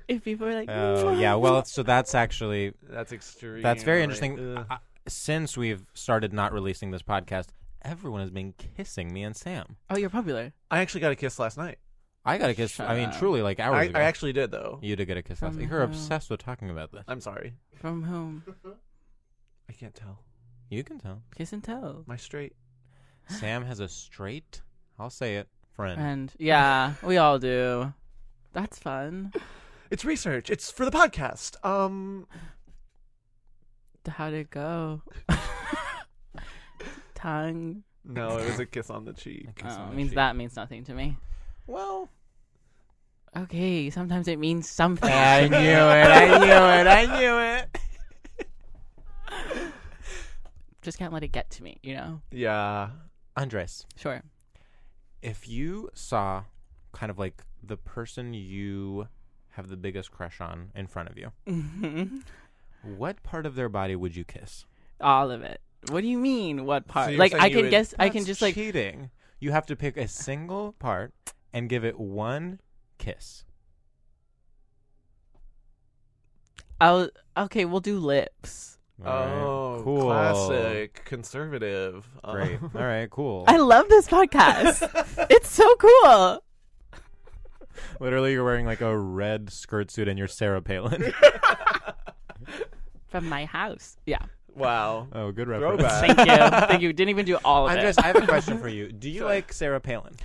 Speaker 4: if people are like,
Speaker 2: Oh, yeah. Well, so that's actually
Speaker 1: That's extreme.
Speaker 2: that's very interesting. Uh, since we've started not releasing this podcast, everyone has been kissing me and Sam.
Speaker 4: oh, you're popular
Speaker 1: I actually got a kiss last night.
Speaker 2: I got a kiss.
Speaker 4: Shut
Speaker 2: I mean,
Speaker 4: up.
Speaker 2: truly, like hours
Speaker 1: I,
Speaker 2: ago.
Speaker 1: I actually did though.
Speaker 2: you did get a kiss last
Speaker 4: From
Speaker 2: night. You're
Speaker 4: who?
Speaker 2: obsessed with talking about this.
Speaker 1: I'm sorry.
Speaker 4: from whom?
Speaker 1: I can't tell.
Speaker 2: You can tell.
Speaker 4: Kiss and tell.
Speaker 1: Am I straight?
Speaker 2: Sam has a straight. I'll say it. Friend.
Speaker 4: And
Speaker 2: [laughs]
Speaker 4: yeah, we all do. That's fun.
Speaker 1: It's research. It's for the podcast. Um,
Speaker 4: [laughs] How'd
Speaker 1: [laughs]
Speaker 4: it go? Tongue.
Speaker 1: no, it was a kiss on the cheek.
Speaker 2: Kiss
Speaker 4: Oh,
Speaker 2: on the
Speaker 4: means
Speaker 2: cheek.
Speaker 4: that means nothing to me.
Speaker 2: Well,
Speaker 4: Okay, sometimes it means something.
Speaker 2: I knew it. I knew it. I knew it.
Speaker 4: [laughs] Just can't let it get to me, you know.
Speaker 1: Yeah.
Speaker 2: Andres.
Speaker 4: Sure.
Speaker 2: if you saw kind of like the person you have the biggest crush on in front of you,
Speaker 4: Mhm.
Speaker 2: what part of their body would you kiss?
Speaker 4: all of it. What do you mean? What part?
Speaker 1: you're
Speaker 4: like
Speaker 1: saying
Speaker 4: I
Speaker 1: you
Speaker 4: can
Speaker 1: would-
Speaker 4: guess. I can just like
Speaker 2: cheating. You have to pick a single part and give it one kiss.
Speaker 4: I'll okay, we'll do lips.
Speaker 2: All right,
Speaker 1: Oh,
Speaker 2: cool.
Speaker 1: classic conservative. Um,
Speaker 2: Great. All right, cool.
Speaker 4: I love this podcast. it's so cool.
Speaker 1: [laughs]
Speaker 2: Literally, you're wearing like a red skirt suit and you're Sarah Palin.
Speaker 4: from my house. Yeah.
Speaker 1: [laughs]
Speaker 2: [laughs]
Speaker 1: Wow.
Speaker 2: Oh, good reference.
Speaker 1: Throwback.
Speaker 2: [laughs]
Speaker 4: Thank you. Thank you. Didn't even do all of
Speaker 2: I'm
Speaker 4: it.
Speaker 2: just. I have a question for you. Do you like Sarah Palin?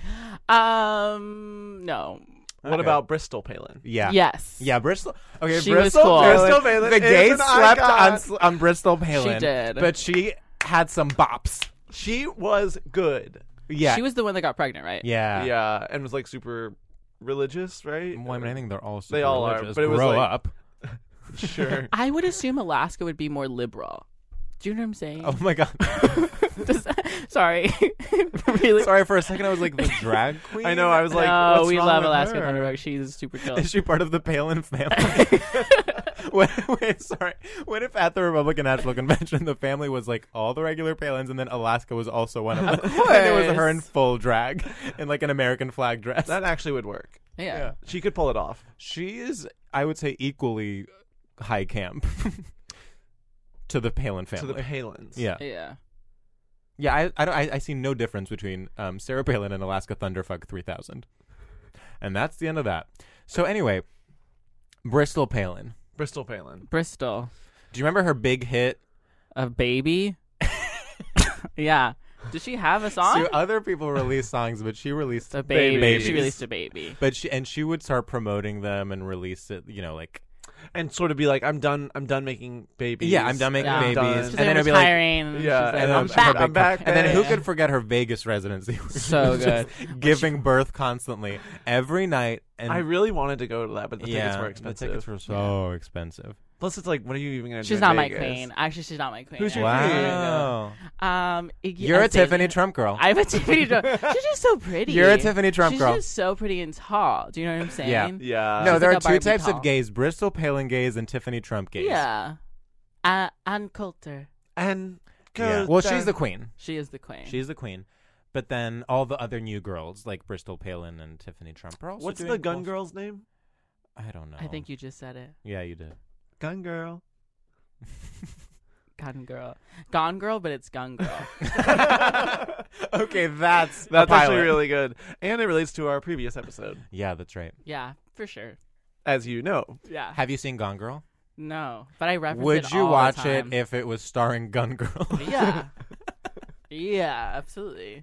Speaker 4: um. No.
Speaker 1: What
Speaker 2: Okay.
Speaker 1: about Bristol Palin?
Speaker 2: Yeah.
Speaker 4: Yes.
Speaker 2: Yeah, Bristol. Okay,
Speaker 4: She was
Speaker 2: Bristol.
Speaker 4: cool.
Speaker 1: Bristol Palin
Speaker 2: The
Speaker 1: is
Speaker 2: gays
Speaker 1: an
Speaker 2: slept
Speaker 1: icon.
Speaker 2: on, sl- on Bristol Palin.
Speaker 4: did.
Speaker 2: but she had some bops.
Speaker 1: She was good.
Speaker 2: Yeah,
Speaker 4: She was the one that got pregnant, right?
Speaker 2: Yeah,
Speaker 1: yeah, and was like super religious, right?
Speaker 2: Well, I mean, I think they're all super
Speaker 1: They all are,
Speaker 2: religious.
Speaker 1: but it was
Speaker 2: grow
Speaker 1: like-
Speaker 2: up. [laughs]
Speaker 1: sure.
Speaker 4: I would assume Alaska would be more liberal. Do you know what
Speaker 2: [laughs]
Speaker 4: I'm saying?
Speaker 2: Oh
Speaker 1: [laughs]
Speaker 2: my god!
Speaker 4: Does- sorry. [laughs] really?
Speaker 2: Sorry for a second. I was like the drag queen.
Speaker 1: I know. I was like,
Speaker 4: no,
Speaker 1: what's
Speaker 4: Oh, we
Speaker 1: wrong
Speaker 4: love
Speaker 1: with
Speaker 4: Alaska
Speaker 1: her?
Speaker 4: Thunderbug. She's super cool.
Speaker 2: [laughs] Is she part of the Palin family? [laughs] what, wait, sorry. What if at the Republican National Convention the family was like all the regular Palins and then Alaska was also one [laughs]
Speaker 4: [laughs]
Speaker 2: of them? and it was her in
Speaker 4: course.
Speaker 2: full drag in like an American flag dress.
Speaker 1: That actually would work.
Speaker 4: yeah.
Speaker 1: She could pull it off.
Speaker 2: She is, I would say, equally high camp [laughs] to the Palin family.
Speaker 1: To the Palins.
Speaker 2: yeah,
Speaker 4: Yeah.
Speaker 2: yeah. I, I, don't, I, I see no difference between um, Sarah Palin and Alaska Thunderfuck three thousand, and that's the end of that. So anyway, Bristol Palin.
Speaker 1: Bristol Palin.
Speaker 4: Bristol.
Speaker 2: Do you remember her big hit? [laughs]
Speaker 4: A baby? yeah. Did she have a song?
Speaker 2: So other people released songs, but she released
Speaker 4: a baby.
Speaker 2: babies.
Speaker 4: She released a baby.
Speaker 2: But she and she would start promoting them and release it. You know, like
Speaker 1: And sort of be like, I'm done. I'm done making babies.
Speaker 2: yeah, I'm done making
Speaker 4: Yeah.
Speaker 2: babies,
Speaker 1: done.
Speaker 4: She's
Speaker 2: and
Speaker 4: like
Speaker 2: then it'd be like.
Speaker 4: retiring. and
Speaker 1: Yeah,
Speaker 4: she's like,
Speaker 2: And
Speaker 1: I'm
Speaker 2: then her
Speaker 1: back.
Speaker 2: big
Speaker 1: I'm back,
Speaker 2: And then who
Speaker 1: babe.
Speaker 2: could forget her Vegas residency?
Speaker 4: So
Speaker 2: [laughs] Just
Speaker 4: good.
Speaker 2: giving birth constantly every night, and
Speaker 1: I really wanted to go to that, but the
Speaker 2: yeah,
Speaker 1: tickets were
Speaker 2: the
Speaker 1: expensive.
Speaker 2: tickets were so expensive.
Speaker 1: Plus, it's like, what are you even going to do?
Speaker 4: She's
Speaker 1: in
Speaker 4: not my
Speaker 1: Vegas?
Speaker 4: queen. Actually, she's not my queen.
Speaker 1: Who's your
Speaker 4: I-
Speaker 2: Wow,
Speaker 4: Um, Iggy
Speaker 2: you're a
Speaker 4: Azalea.
Speaker 2: Tiffany Trump girl.
Speaker 4: I'm a
Speaker 2: [laughs]
Speaker 4: Tiffany Trump. She's just so pretty.
Speaker 2: You're a Tiffany Trump
Speaker 4: She's
Speaker 2: girl.
Speaker 4: just so pretty and tall. Do you know what I'm saying?
Speaker 2: Yeah.
Speaker 1: Yeah.
Speaker 2: no,
Speaker 4: she's
Speaker 2: there
Speaker 4: like
Speaker 2: are
Speaker 4: a
Speaker 2: two
Speaker 4: Barbie
Speaker 2: types
Speaker 4: doll.
Speaker 2: of gays: Bristol Palin gays and Tiffany Trump gays.
Speaker 4: Yeah. Uh, Ann Coulter.
Speaker 1: And
Speaker 2: Yeah.
Speaker 1: go
Speaker 2: Well,
Speaker 1: down.
Speaker 2: she's the queen.
Speaker 4: She is the queen.
Speaker 2: She's the queen. But then all the other new girls, like Bristol Palin and Tiffany Trump, are also
Speaker 1: What's the
Speaker 2: doing
Speaker 1: gun
Speaker 2: cool-
Speaker 1: girl's name?
Speaker 2: I don't know.
Speaker 4: I think you just said it.
Speaker 2: Yeah, you did.
Speaker 1: Gun [laughs] girl.
Speaker 4: Gone girl. Gone girl, but it's
Speaker 2: [laughs]
Speaker 4: gone girl.
Speaker 2: [laughs] okay, [laughs] that's
Speaker 1: That's actually
Speaker 2: pilot.
Speaker 1: really good, and it relates to our previous episode,
Speaker 2: Yeah, that's right.
Speaker 4: yeah, for sure.
Speaker 1: as you know.
Speaker 4: Yeah.
Speaker 2: Have you seen Gone Girl?
Speaker 4: no, but I reference
Speaker 2: Would
Speaker 4: it
Speaker 2: you
Speaker 4: all the
Speaker 2: watch
Speaker 4: time.
Speaker 2: it if it was starring Gun Girl?
Speaker 4: Yeah. yeah, absolutely.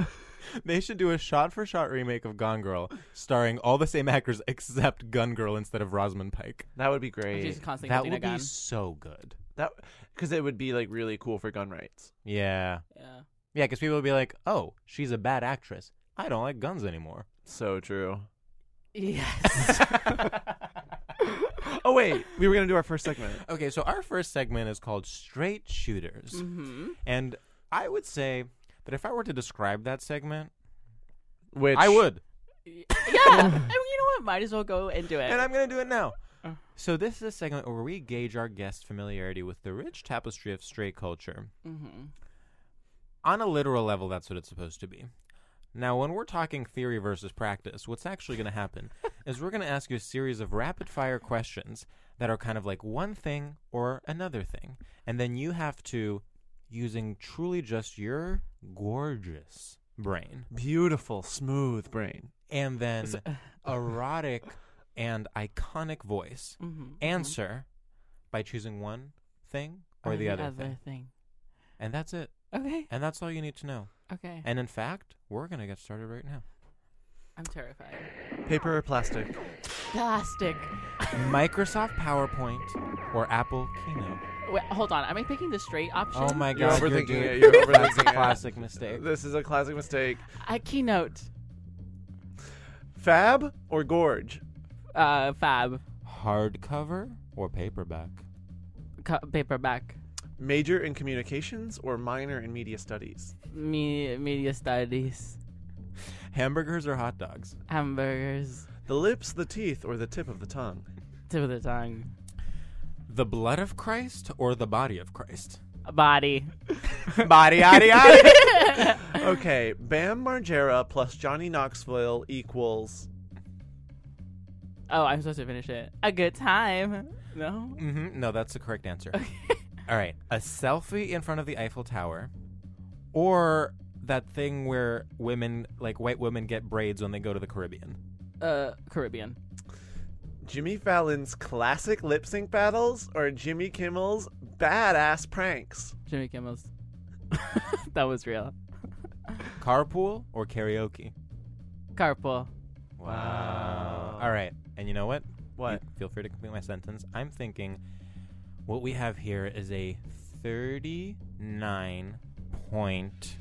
Speaker 2: [laughs] they should do a shot-for-shot remake of Gone Girl, starring all the same actors except Gun Girl instead of Rosamund Pike.
Speaker 1: That would be
Speaker 2: Oh,
Speaker 1: great.
Speaker 4: She's constantly
Speaker 2: that
Speaker 4: holding
Speaker 2: would
Speaker 4: a gun.
Speaker 2: be so good.
Speaker 1: That because it would be like really cool for gun rights.
Speaker 2: Yeah,
Speaker 4: yeah.
Speaker 2: yeah, because people would be like, "Oh, she's a bad actress. I don't like guns anymore."
Speaker 1: So true. [laughs]
Speaker 4: Yes.
Speaker 1: Oh wait, we were gonna do our first segment.
Speaker 2: Okay, so our first segment is called Straight Shooters.
Speaker 4: hmm
Speaker 2: And I would say that if I were to describe that segment,
Speaker 1: Which
Speaker 2: I would.
Speaker 4: Yeah. I mean, you know what? Might as well go and do it.
Speaker 2: And I'm going to do it now.
Speaker 4: Oh.
Speaker 2: So, this is a segment where we gauge our guests' familiarity with the rich tapestry of straight culture.
Speaker 4: Mhm.
Speaker 2: On a literal level, that's what it's supposed to be. Now, when we're talking theory versus practice, what's actually going to happen is we're going to ask you a series of rapid fire questions that are kind of like one thing or another thing. And then you have to, using truly just your gorgeous brain,
Speaker 1: beautiful, smooth brain.
Speaker 2: and then erotic and iconic voice
Speaker 4: Mhm,
Speaker 2: answer by choosing one thing
Speaker 4: mhm.
Speaker 2: or the other thing.
Speaker 4: thing.
Speaker 2: And that's it.
Speaker 4: Okay.
Speaker 2: And that's all you need to know.
Speaker 4: Okay.
Speaker 2: And in fact, we're going to get started right now.
Speaker 4: I'm terrified.
Speaker 1: Paper or plastic?
Speaker 4: Plastic.
Speaker 2: Microsoft PowerPoint or Apple Keynote.
Speaker 4: Wait, hold on. Am I picking the straight option?
Speaker 2: Oh my
Speaker 1: You're
Speaker 2: god,
Speaker 1: overthinking
Speaker 2: doing-
Speaker 1: it. You're
Speaker 2: [laughs] That's a
Speaker 1: overthinking it. [laughs]
Speaker 2: classic mistake.
Speaker 1: This is a classic mistake.
Speaker 4: A keynote.
Speaker 1: Fab or gorge?
Speaker 4: Uh, fab.
Speaker 2: Hardcover or paperback?
Speaker 4: Co- paperback.
Speaker 1: Major in communications or minor in media studies?
Speaker 4: Me- media studies.
Speaker 2: Hamburgers or hot dogs?
Speaker 4: Hamburgers.
Speaker 1: The lips, the teeth, or the tip of the tongue?
Speaker 4: Tip of the tongue.
Speaker 2: The blood of Christ or the body of Christ?
Speaker 4: A body.
Speaker 2: [laughs] body, yaddy, yaddy.
Speaker 1: Okay, Bam Margera plus Johnny Knoxville equals.
Speaker 4: [laughs] Oh, I'm supposed to finish it. A good time. No?
Speaker 2: Mm-hmm. No, that's the correct answer. [laughs] All right. A selfie in front of the Eiffel Tower or that thing where women, like white women, get braids when they go to the Caribbean.
Speaker 4: Uh, Caribbean.
Speaker 1: Jimmy Fallon's classic lip sync battles or Jimmy Kimmel's badass pranks?
Speaker 4: Jimmy Kimmel's. [laughs] that was real.
Speaker 2: Carpool or karaoke?
Speaker 4: Carpool.
Speaker 2: Wow.
Speaker 1: Uh,
Speaker 2: All right. And you know what?
Speaker 1: What?
Speaker 2: You feel free to complete my sentence. I'm thinking what we have here is a 39 point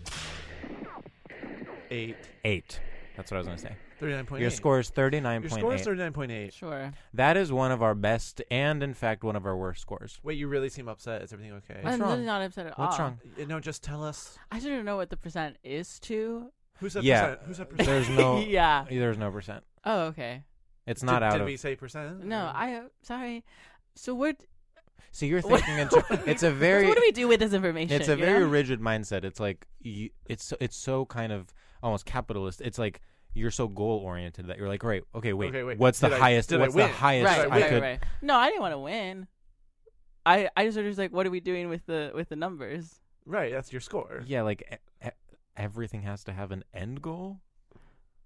Speaker 1: Eight.
Speaker 2: eight. That's what I was going to say.
Speaker 1: 39.8.
Speaker 2: Your score is
Speaker 1: Your score is
Speaker 2: 39.8.
Speaker 1: 39.8.
Speaker 4: Sure.
Speaker 2: That is one of our best and, in fact, one of our worst scores.
Speaker 1: Wait, you really seem upset. Is everything okay?
Speaker 2: What's
Speaker 4: I'm
Speaker 2: wrong?
Speaker 4: really not upset at all.
Speaker 2: What's wrong?
Speaker 1: You know, just tell us.
Speaker 4: I should know what the percent is to.
Speaker 1: Who's that
Speaker 2: Yeah.
Speaker 1: percent? Who's that percent?
Speaker 2: There's
Speaker 1: [laughs]
Speaker 2: no.
Speaker 4: Yeah.
Speaker 2: Oh, There's no percent.
Speaker 4: Oh, okay.
Speaker 2: It's not
Speaker 1: did,
Speaker 2: out
Speaker 1: did
Speaker 2: of.
Speaker 1: we say percent?
Speaker 4: No,
Speaker 2: Uh-huh.
Speaker 1: Or-
Speaker 4: I sorry. So what?
Speaker 2: So [laughs] you're
Speaker 4: what-
Speaker 2: thinking into. It's a very.
Speaker 4: So what do we do with this information?
Speaker 2: It's a
Speaker 4: you
Speaker 2: very
Speaker 4: know?
Speaker 2: rigid mindset. It's like you, it's so- it's so kind of almost capitalist. It's like you're so goal oriented that you're like, right, okay, wait,
Speaker 1: Okay, wait,
Speaker 2: what's the
Speaker 1: did I-
Speaker 2: highest?
Speaker 1: did I
Speaker 2: what's the
Speaker 1: win?
Speaker 2: highest
Speaker 4: right,
Speaker 2: I
Speaker 4: right,
Speaker 2: could?
Speaker 4: right. No, I didn't want to win. I I just was just like, what are we doing with the with the numbers?
Speaker 1: Right, that's your score.
Speaker 2: Yeah, like e- e- everything has to have an end goal.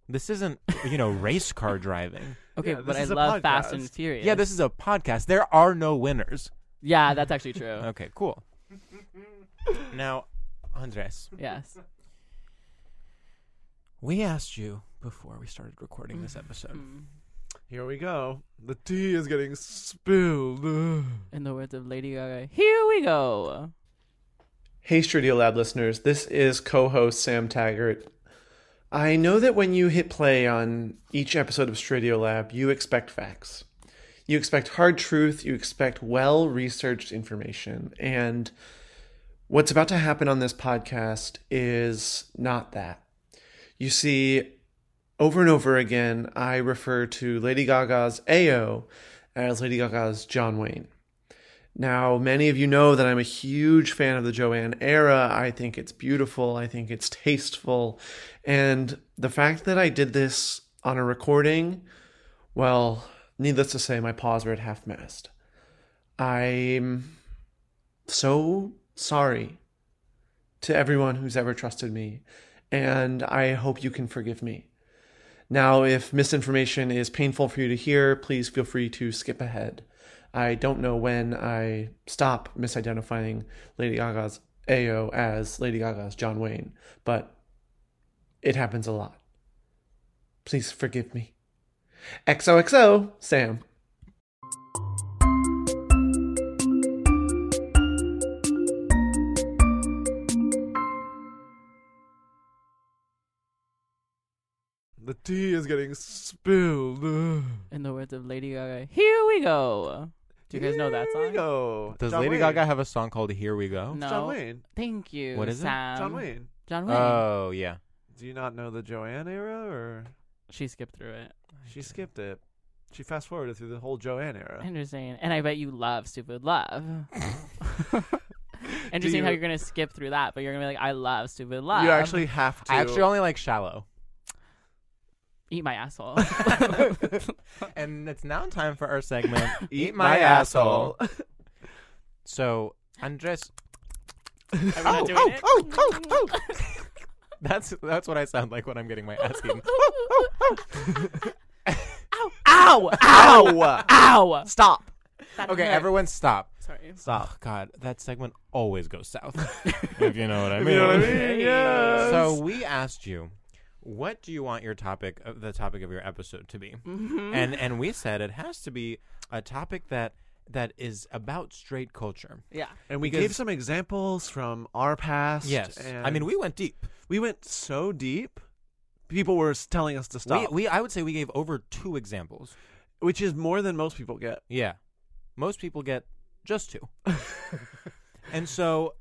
Speaker 2: This isn't you know race car driving.
Speaker 4: Okay,
Speaker 1: Yeah,
Speaker 4: but
Speaker 1: this
Speaker 4: I
Speaker 1: is a
Speaker 4: love Fast
Speaker 1: podcast.
Speaker 4: and Furious.
Speaker 2: Yeah, this is a podcast. There are no winners.
Speaker 4: Yeah, that's actually
Speaker 2: [laughs]
Speaker 4: true.
Speaker 2: Okay, cool. now, Andres,
Speaker 4: Yes.
Speaker 2: we asked you before we started recording this episode.
Speaker 4: Mm.
Speaker 1: Here we go. The tea is getting spilled. Ugh.
Speaker 4: In the words of Lady Gaga, here we go.
Speaker 1: Hey, Studio Lab listeners, this is co host Sam Taggart. I know that when you hit play on each episode of Studio Lab, you expect facts. You expect hard truth, you expect well researched information. And what's about to happen on this podcast is not that. You see, over and over again, I refer to Lady Gaga's AO as Lady Gaga's John Wayne. Now, many of you know that I'm a huge fan of the Joanne era. I think it's beautiful. I think it's tasteful. And the fact that I did this on a recording, well, needless to say, my paws were at half mast. I'm so sorry to everyone who's ever trusted me, and I hope you can forgive me. Now, if misinformation is painful for you to hear, please feel free to skip ahead. I don't know when I stop misidentifying Lady Gaga's AO as Lady Gaga's John Wayne, but it happens a lot. Please forgive me. XOXO, Sam. The tea is getting spilled.
Speaker 4: In the words of Lady Gaga, here we go. Do you guys know that song?
Speaker 1: go.
Speaker 2: Does
Speaker 1: John
Speaker 2: Lady
Speaker 1: Wayne.
Speaker 2: Gaga have a song called "Here We Go"?
Speaker 4: No.
Speaker 1: John Wayne.
Speaker 4: Thank you.
Speaker 2: What is it?
Speaker 4: Sam.
Speaker 1: John Wayne.
Speaker 4: John Wayne.
Speaker 2: Oh yeah.
Speaker 1: Do you not know the Joanne era, or
Speaker 4: she skipped through it.
Speaker 1: she skipped it? She fast forwarded through the whole Joanne era.
Speaker 4: Interesting. And I bet you love Stupid Love. Interesting how
Speaker 1: you-
Speaker 4: you're going to skip through that, but you're going to be like, I love Stupid Love.
Speaker 1: You actually have to.
Speaker 2: I actually only like "Shallow."
Speaker 4: Eat
Speaker 2: [laughs]
Speaker 4: my asshole. [laughs]
Speaker 2: and it's now time for our [laughs] segment
Speaker 1: Eat my asshole.
Speaker 2: [laughs] So, Andres,
Speaker 4: I'm not
Speaker 2: Oh,
Speaker 4: doing it.
Speaker 2: [laughs] that's that's what I sound like when I'm getting my ass eaten. oh,
Speaker 4: [laughs] Ow! Ow! Ow!
Speaker 2: Stop.
Speaker 4: That
Speaker 2: Okay,
Speaker 4: hurt.
Speaker 2: everyone stop.
Speaker 4: Sorry.
Speaker 2: Stop. God, that segment always goes [laughs] south. if you know what I mean.
Speaker 1: Yes.
Speaker 2: So, we asked you what do you want your topic of the topic of your episode to be? And and we said it has to be a topic that that is about straight culture.
Speaker 4: Yeah.
Speaker 1: and we
Speaker 2: Because-
Speaker 1: gave some examples from our past.
Speaker 2: Yes.
Speaker 1: and
Speaker 2: I mean, we went deep.
Speaker 1: we went so deep. People were s- telling us to
Speaker 2: We,
Speaker 1: stop,
Speaker 2: we I would say we gave over two examples.
Speaker 1: which is more than most people get.
Speaker 2: Yeah. Most people get just [laughs] two. and so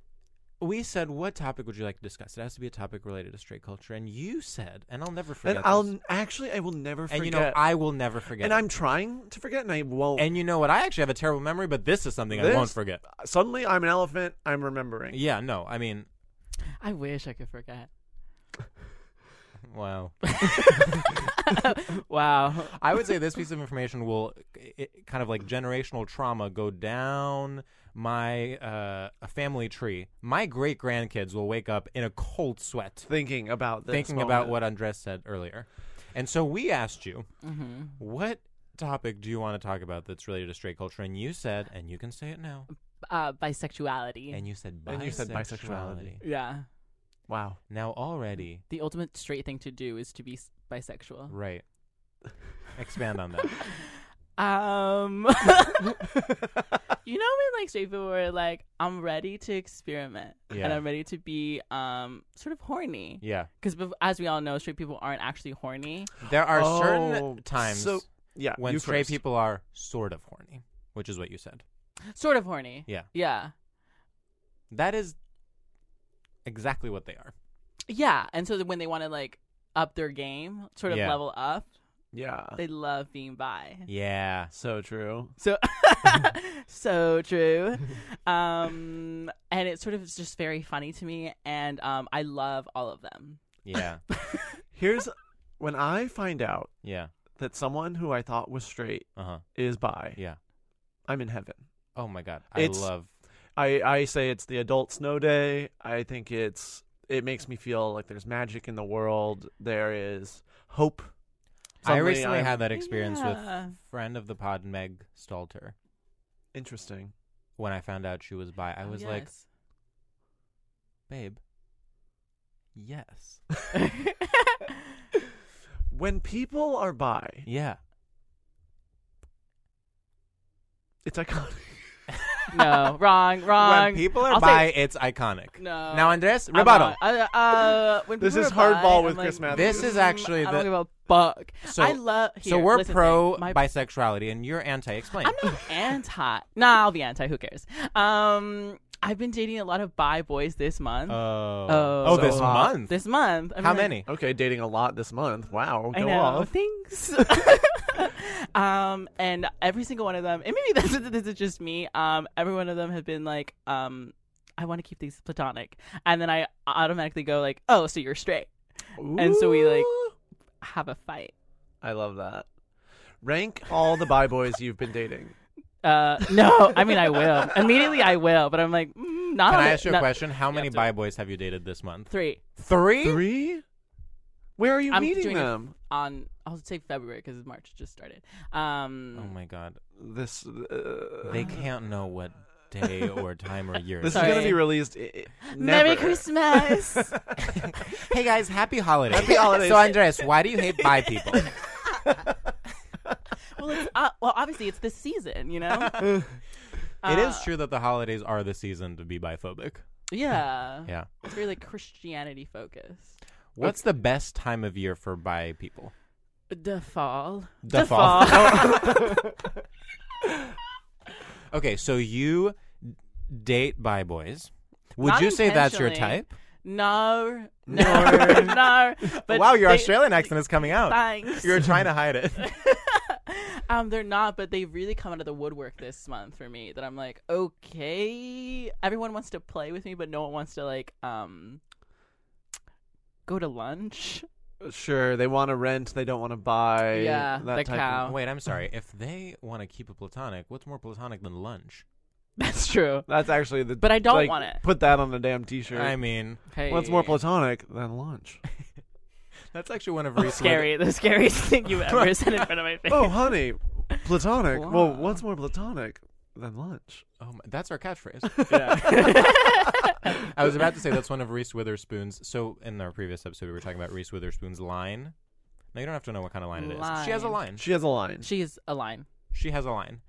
Speaker 2: we said what topic would you like to discuss? It has to be a topic related to straight culture and you said and I'll never forget
Speaker 1: and I'll
Speaker 2: this,
Speaker 1: n- actually, I will never forget.
Speaker 2: and you know I will never forget.
Speaker 1: and
Speaker 2: it.
Speaker 1: I'm trying to forget, and I won't.
Speaker 2: and you know what? I actually have a terrible memory, but this is something I
Speaker 1: This-
Speaker 2: won't forget.
Speaker 1: Uh, suddenly, I'm an elephant. I'm remembering.
Speaker 2: Yeah, no. I mean,
Speaker 4: I wish I could forget.
Speaker 2: wow.
Speaker 4: Wow.
Speaker 2: I would say this piece of information will it, kind of like generational trauma go down my uh, family tree. My great grandkids will wake up in a cold sweat
Speaker 1: Thinking about this
Speaker 2: thinking
Speaker 1: moment.
Speaker 4: Mm-hmm.
Speaker 2: about what Andres said earlier. And so we asked you, what topic do you want to talk about that's related to straight culture? And you said, and you can say it now.
Speaker 4: uh, bisexuality.
Speaker 2: And you said bisexuality.
Speaker 1: And you said bisexuality.
Speaker 4: yeah,
Speaker 1: Wow.
Speaker 2: Now already,
Speaker 4: the ultimate straight thing to do is to be s- bisexual.
Speaker 2: right? Expand on that. [laughs]
Speaker 4: Um,
Speaker 1: [laughs]
Speaker 4: you know when like straight people were like, "I'm ready to experiment
Speaker 2: Yeah.
Speaker 4: and I'm ready to be um sort of horny."
Speaker 2: Yeah,
Speaker 4: Because as we all know, straight people aren't actually horny.
Speaker 2: there are
Speaker 1: Oh,
Speaker 2: certain times
Speaker 1: so- Yeah.
Speaker 2: when
Speaker 1: you
Speaker 2: straight
Speaker 1: first.
Speaker 2: people are sort of horny, which is what you said.
Speaker 4: Sort of horny.
Speaker 2: Yeah,
Speaker 4: Yeah.
Speaker 2: that is exactly what they are.
Speaker 4: Yeah. And so that when they want to like up their game, sort of
Speaker 2: Yeah.
Speaker 4: level up,
Speaker 1: Yeah.
Speaker 4: they love being bi.
Speaker 2: Yeah,
Speaker 1: So true.
Speaker 4: So
Speaker 2: [laughs]
Speaker 4: so true. Um and it's sort of it's just very funny to me and um I love all of
Speaker 2: [laughs]
Speaker 4: them.
Speaker 2: yeah,
Speaker 1: Here's when I find out
Speaker 2: yeah.
Speaker 1: that someone who I thought was straight
Speaker 2: Uh huh.
Speaker 1: is bi.
Speaker 2: Yeah.
Speaker 1: I'm in heaven.
Speaker 2: Oh my god, I
Speaker 1: It's-
Speaker 2: love.
Speaker 1: I I say it's the adult snow day. I think it's it makes me feel like there's magic in the world. There is hope.
Speaker 2: I
Speaker 1: Suddenly
Speaker 2: recently
Speaker 1: I'm-
Speaker 2: had that experience
Speaker 4: Yeah.
Speaker 2: with friend of the pod Meg Stalter.
Speaker 1: interesting.
Speaker 2: When I found out she was bi,
Speaker 4: Oh,
Speaker 2: I was like, babe. Yes.
Speaker 4: like
Speaker 1: When people are bi,
Speaker 2: Yeah.
Speaker 1: it's iconic.
Speaker 4: No, wrong, wrong.
Speaker 2: [laughs] when people are
Speaker 4: I'll
Speaker 2: bi,
Speaker 4: say-
Speaker 2: it's iconic.
Speaker 4: No.
Speaker 2: Now, Andres,
Speaker 4: I'm
Speaker 2: rebuttal.
Speaker 4: wrong. Uh, uh, when
Speaker 1: This
Speaker 4: people
Speaker 1: is
Speaker 4: are
Speaker 1: hard
Speaker 4: bi,
Speaker 1: ball
Speaker 4: I'm
Speaker 1: with
Speaker 4: like,
Speaker 1: Chris Matthews.
Speaker 2: This is actually
Speaker 4: mm, I
Speaker 2: the-
Speaker 4: don't give a fuck.
Speaker 2: So-
Speaker 4: I love.
Speaker 2: so
Speaker 4: here,
Speaker 2: we're
Speaker 4: listen,
Speaker 2: pro
Speaker 4: my-
Speaker 2: bisexuality, and you're anti. Explain.
Speaker 4: I'm not anti. Nah, I'll be anti. Who cares? Um, I've been dating a lot of bi boys this month.
Speaker 2: Oh.
Speaker 4: Oh.
Speaker 2: oh, this
Speaker 4: So-
Speaker 2: month.
Speaker 4: this month. I mean,
Speaker 2: How
Speaker 4: like,
Speaker 2: many?
Speaker 1: Okay, dating a lot this month. Wow,
Speaker 4: I
Speaker 1: go
Speaker 4: know.
Speaker 1: off.
Speaker 4: Thanks. [laughs] um, and every single one of them, and maybe [laughs] that's this is just me. Um, every one of them have been like, um, I want to keep these platonic, and then I automatically go like, oh, so you're straight. And so we, like-
Speaker 1: Ooh.
Speaker 4: Have a fight.
Speaker 1: I love that. Rank all the bi boys you've been dating.
Speaker 4: Uh, no, I mean I will immediately. I will, but I'm like, mm, not.
Speaker 2: Can
Speaker 4: on
Speaker 2: I
Speaker 4: it,
Speaker 2: ask you a
Speaker 4: not-
Speaker 2: question? How many
Speaker 4: do
Speaker 2: bi boys have you dated this month?
Speaker 4: Three
Speaker 2: Three.
Speaker 1: Three? Where are you
Speaker 4: I'm
Speaker 1: meeting
Speaker 4: doing a-
Speaker 1: them?
Speaker 4: on. I'll say February because March just started.
Speaker 2: Oh
Speaker 4: Um,
Speaker 2: my god.
Speaker 1: This uh,
Speaker 2: They can't know what day or time or [laughs] year. it
Speaker 1: This
Speaker 2: is.
Speaker 1: is gonna
Speaker 4: Sorry.
Speaker 1: be released. i- i-
Speaker 4: Merry
Speaker 1: never.
Speaker 4: Christmas.
Speaker 2: hey guys, happy holidays.
Speaker 1: Happy holidays.
Speaker 2: So Andres, why do you hate
Speaker 4: [laughs]
Speaker 2: bi people?
Speaker 1: [laughs]
Speaker 4: well, it's, uh, well, obviously it's the season, you [laughs] know.
Speaker 2: it is
Speaker 4: Uh,
Speaker 2: true that the holidays are the season to be biphobic.
Speaker 4: Yeah.
Speaker 2: Yeah.
Speaker 4: It's really Christianity focused.
Speaker 2: What's the best time of year for bi people?
Speaker 4: The fall.
Speaker 2: The
Speaker 4: The
Speaker 2: fall.
Speaker 4: fall.
Speaker 2: [laughs] Okay, so you d- date bi boys. Would
Speaker 4: Not
Speaker 2: you say that's your
Speaker 4: intentionally.
Speaker 2: type?
Speaker 4: no, no, [laughs] no. But
Speaker 2: wow, your
Speaker 4: they-
Speaker 2: Australian accent is coming out.
Speaker 4: Thanks.
Speaker 2: You were
Speaker 4: [laughs]
Speaker 2: trying to hide it. [laughs]
Speaker 4: um, they're not, but they really come out of the woodwork this month for me. That I'm like, okay, everyone wants to play with me, but no one wants to like um go to lunch.
Speaker 1: Sure, they want to rent. They don't want to buy.
Speaker 4: Yeah,
Speaker 1: that
Speaker 4: the
Speaker 1: type
Speaker 4: cow.
Speaker 1: Of,
Speaker 2: Wait, I'm sorry. If they want to keep it platonic, what's more platonic than lunch?
Speaker 4: That's true.
Speaker 1: that's actually the.
Speaker 4: But I don't
Speaker 1: like,
Speaker 4: want it.
Speaker 1: Put that on a damn T-shirt.
Speaker 2: I mean,
Speaker 4: Hey.
Speaker 1: What's more platonic than
Speaker 4: [laughs]
Speaker 1: lunch?
Speaker 2: that's actually one of Reese.
Speaker 4: Oh, Scary, [laughs] the scariest thing you've ever said in front of my face.
Speaker 1: oh, honey, platonic. Well,
Speaker 4: Wow.
Speaker 1: what's more platonic than
Speaker 4: [laughs]
Speaker 1: lunch?
Speaker 2: Oh my, that's our catchphrase.
Speaker 4: Yeah.
Speaker 2: I
Speaker 1: [laughs]
Speaker 2: was about to say that's one of Reese Witherspoon's. So in our previous episode, we were talking about Reese Witherspoon's line. Now you don't have to know what kind of line, it is. She has a
Speaker 4: Line.
Speaker 2: line.
Speaker 1: She has a line.
Speaker 4: [laughs] She's a line.
Speaker 2: She has a line,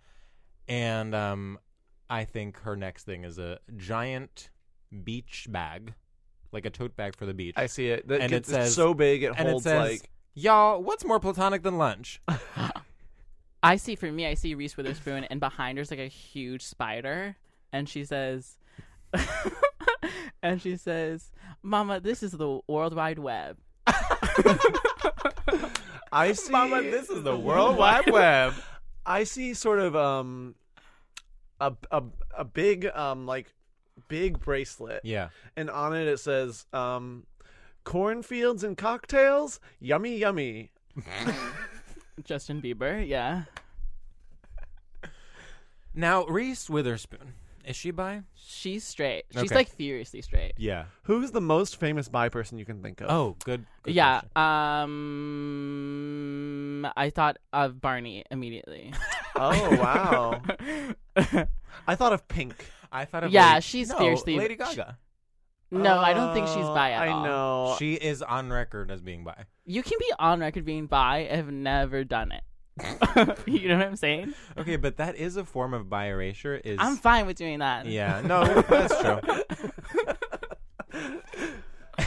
Speaker 2: and um, I think her next thing is a giant beach bag, like a tote bag for the beach.
Speaker 1: I see it. That
Speaker 2: And
Speaker 1: gets-
Speaker 2: it says-
Speaker 1: it's so big it
Speaker 2: and it
Speaker 1: holds
Speaker 2: says,
Speaker 1: like.
Speaker 2: "Y'all, what's more platonic than
Speaker 4: [laughs]
Speaker 2: lunch?"
Speaker 4: I see for me, I see Reese Witherspoon, and behind her's like a huge spider, and she says, [laughs] and she says, "Mama, this is the World Wide Web."
Speaker 1: I see.
Speaker 2: [laughs] Mama, this is the World
Speaker 1: [laughs]
Speaker 2: Wide Web.
Speaker 1: I see sort of um, a a a big um like, big bracelet.
Speaker 2: Yeah.
Speaker 1: and on it it says um cornfields and cocktails yummy yummy
Speaker 4: Justin Bieber, yeah.
Speaker 2: Now Reese Witherspoon is she bi?
Speaker 4: She's straight. She's
Speaker 2: Okay.
Speaker 4: like furiously straight.
Speaker 2: Yeah.
Speaker 1: who's the most famous bi person you can think of
Speaker 4: uh,
Speaker 2: Oh, good. good
Speaker 4: yeah.
Speaker 2: question.
Speaker 4: Um, Um, I thought of Barney immediately.
Speaker 1: Oh wow! I thought of Pink.
Speaker 2: I thought of
Speaker 4: yeah,
Speaker 2: Lady-
Speaker 4: she's
Speaker 2: No,
Speaker 4: fiercely
Speaker 2: Lady Gaga.
Speaker 4: No, I don't think she's bi at
Speaker 1: I
Speaker 4: all.
Speaker 1: know.
Speaker 2: She is on record as being bi.
Speaker 4: [laughs] You can be on record being bi. I've never done it. [laughs] you know what I'm saying?
Speaker 2: Okay, but that is a form of bi erasure. Is
Speaker 4: I'm fine with doing that.
Speaker 2: yeah, no, that's
Speaker 4: [laughs]
Speaker 2: true.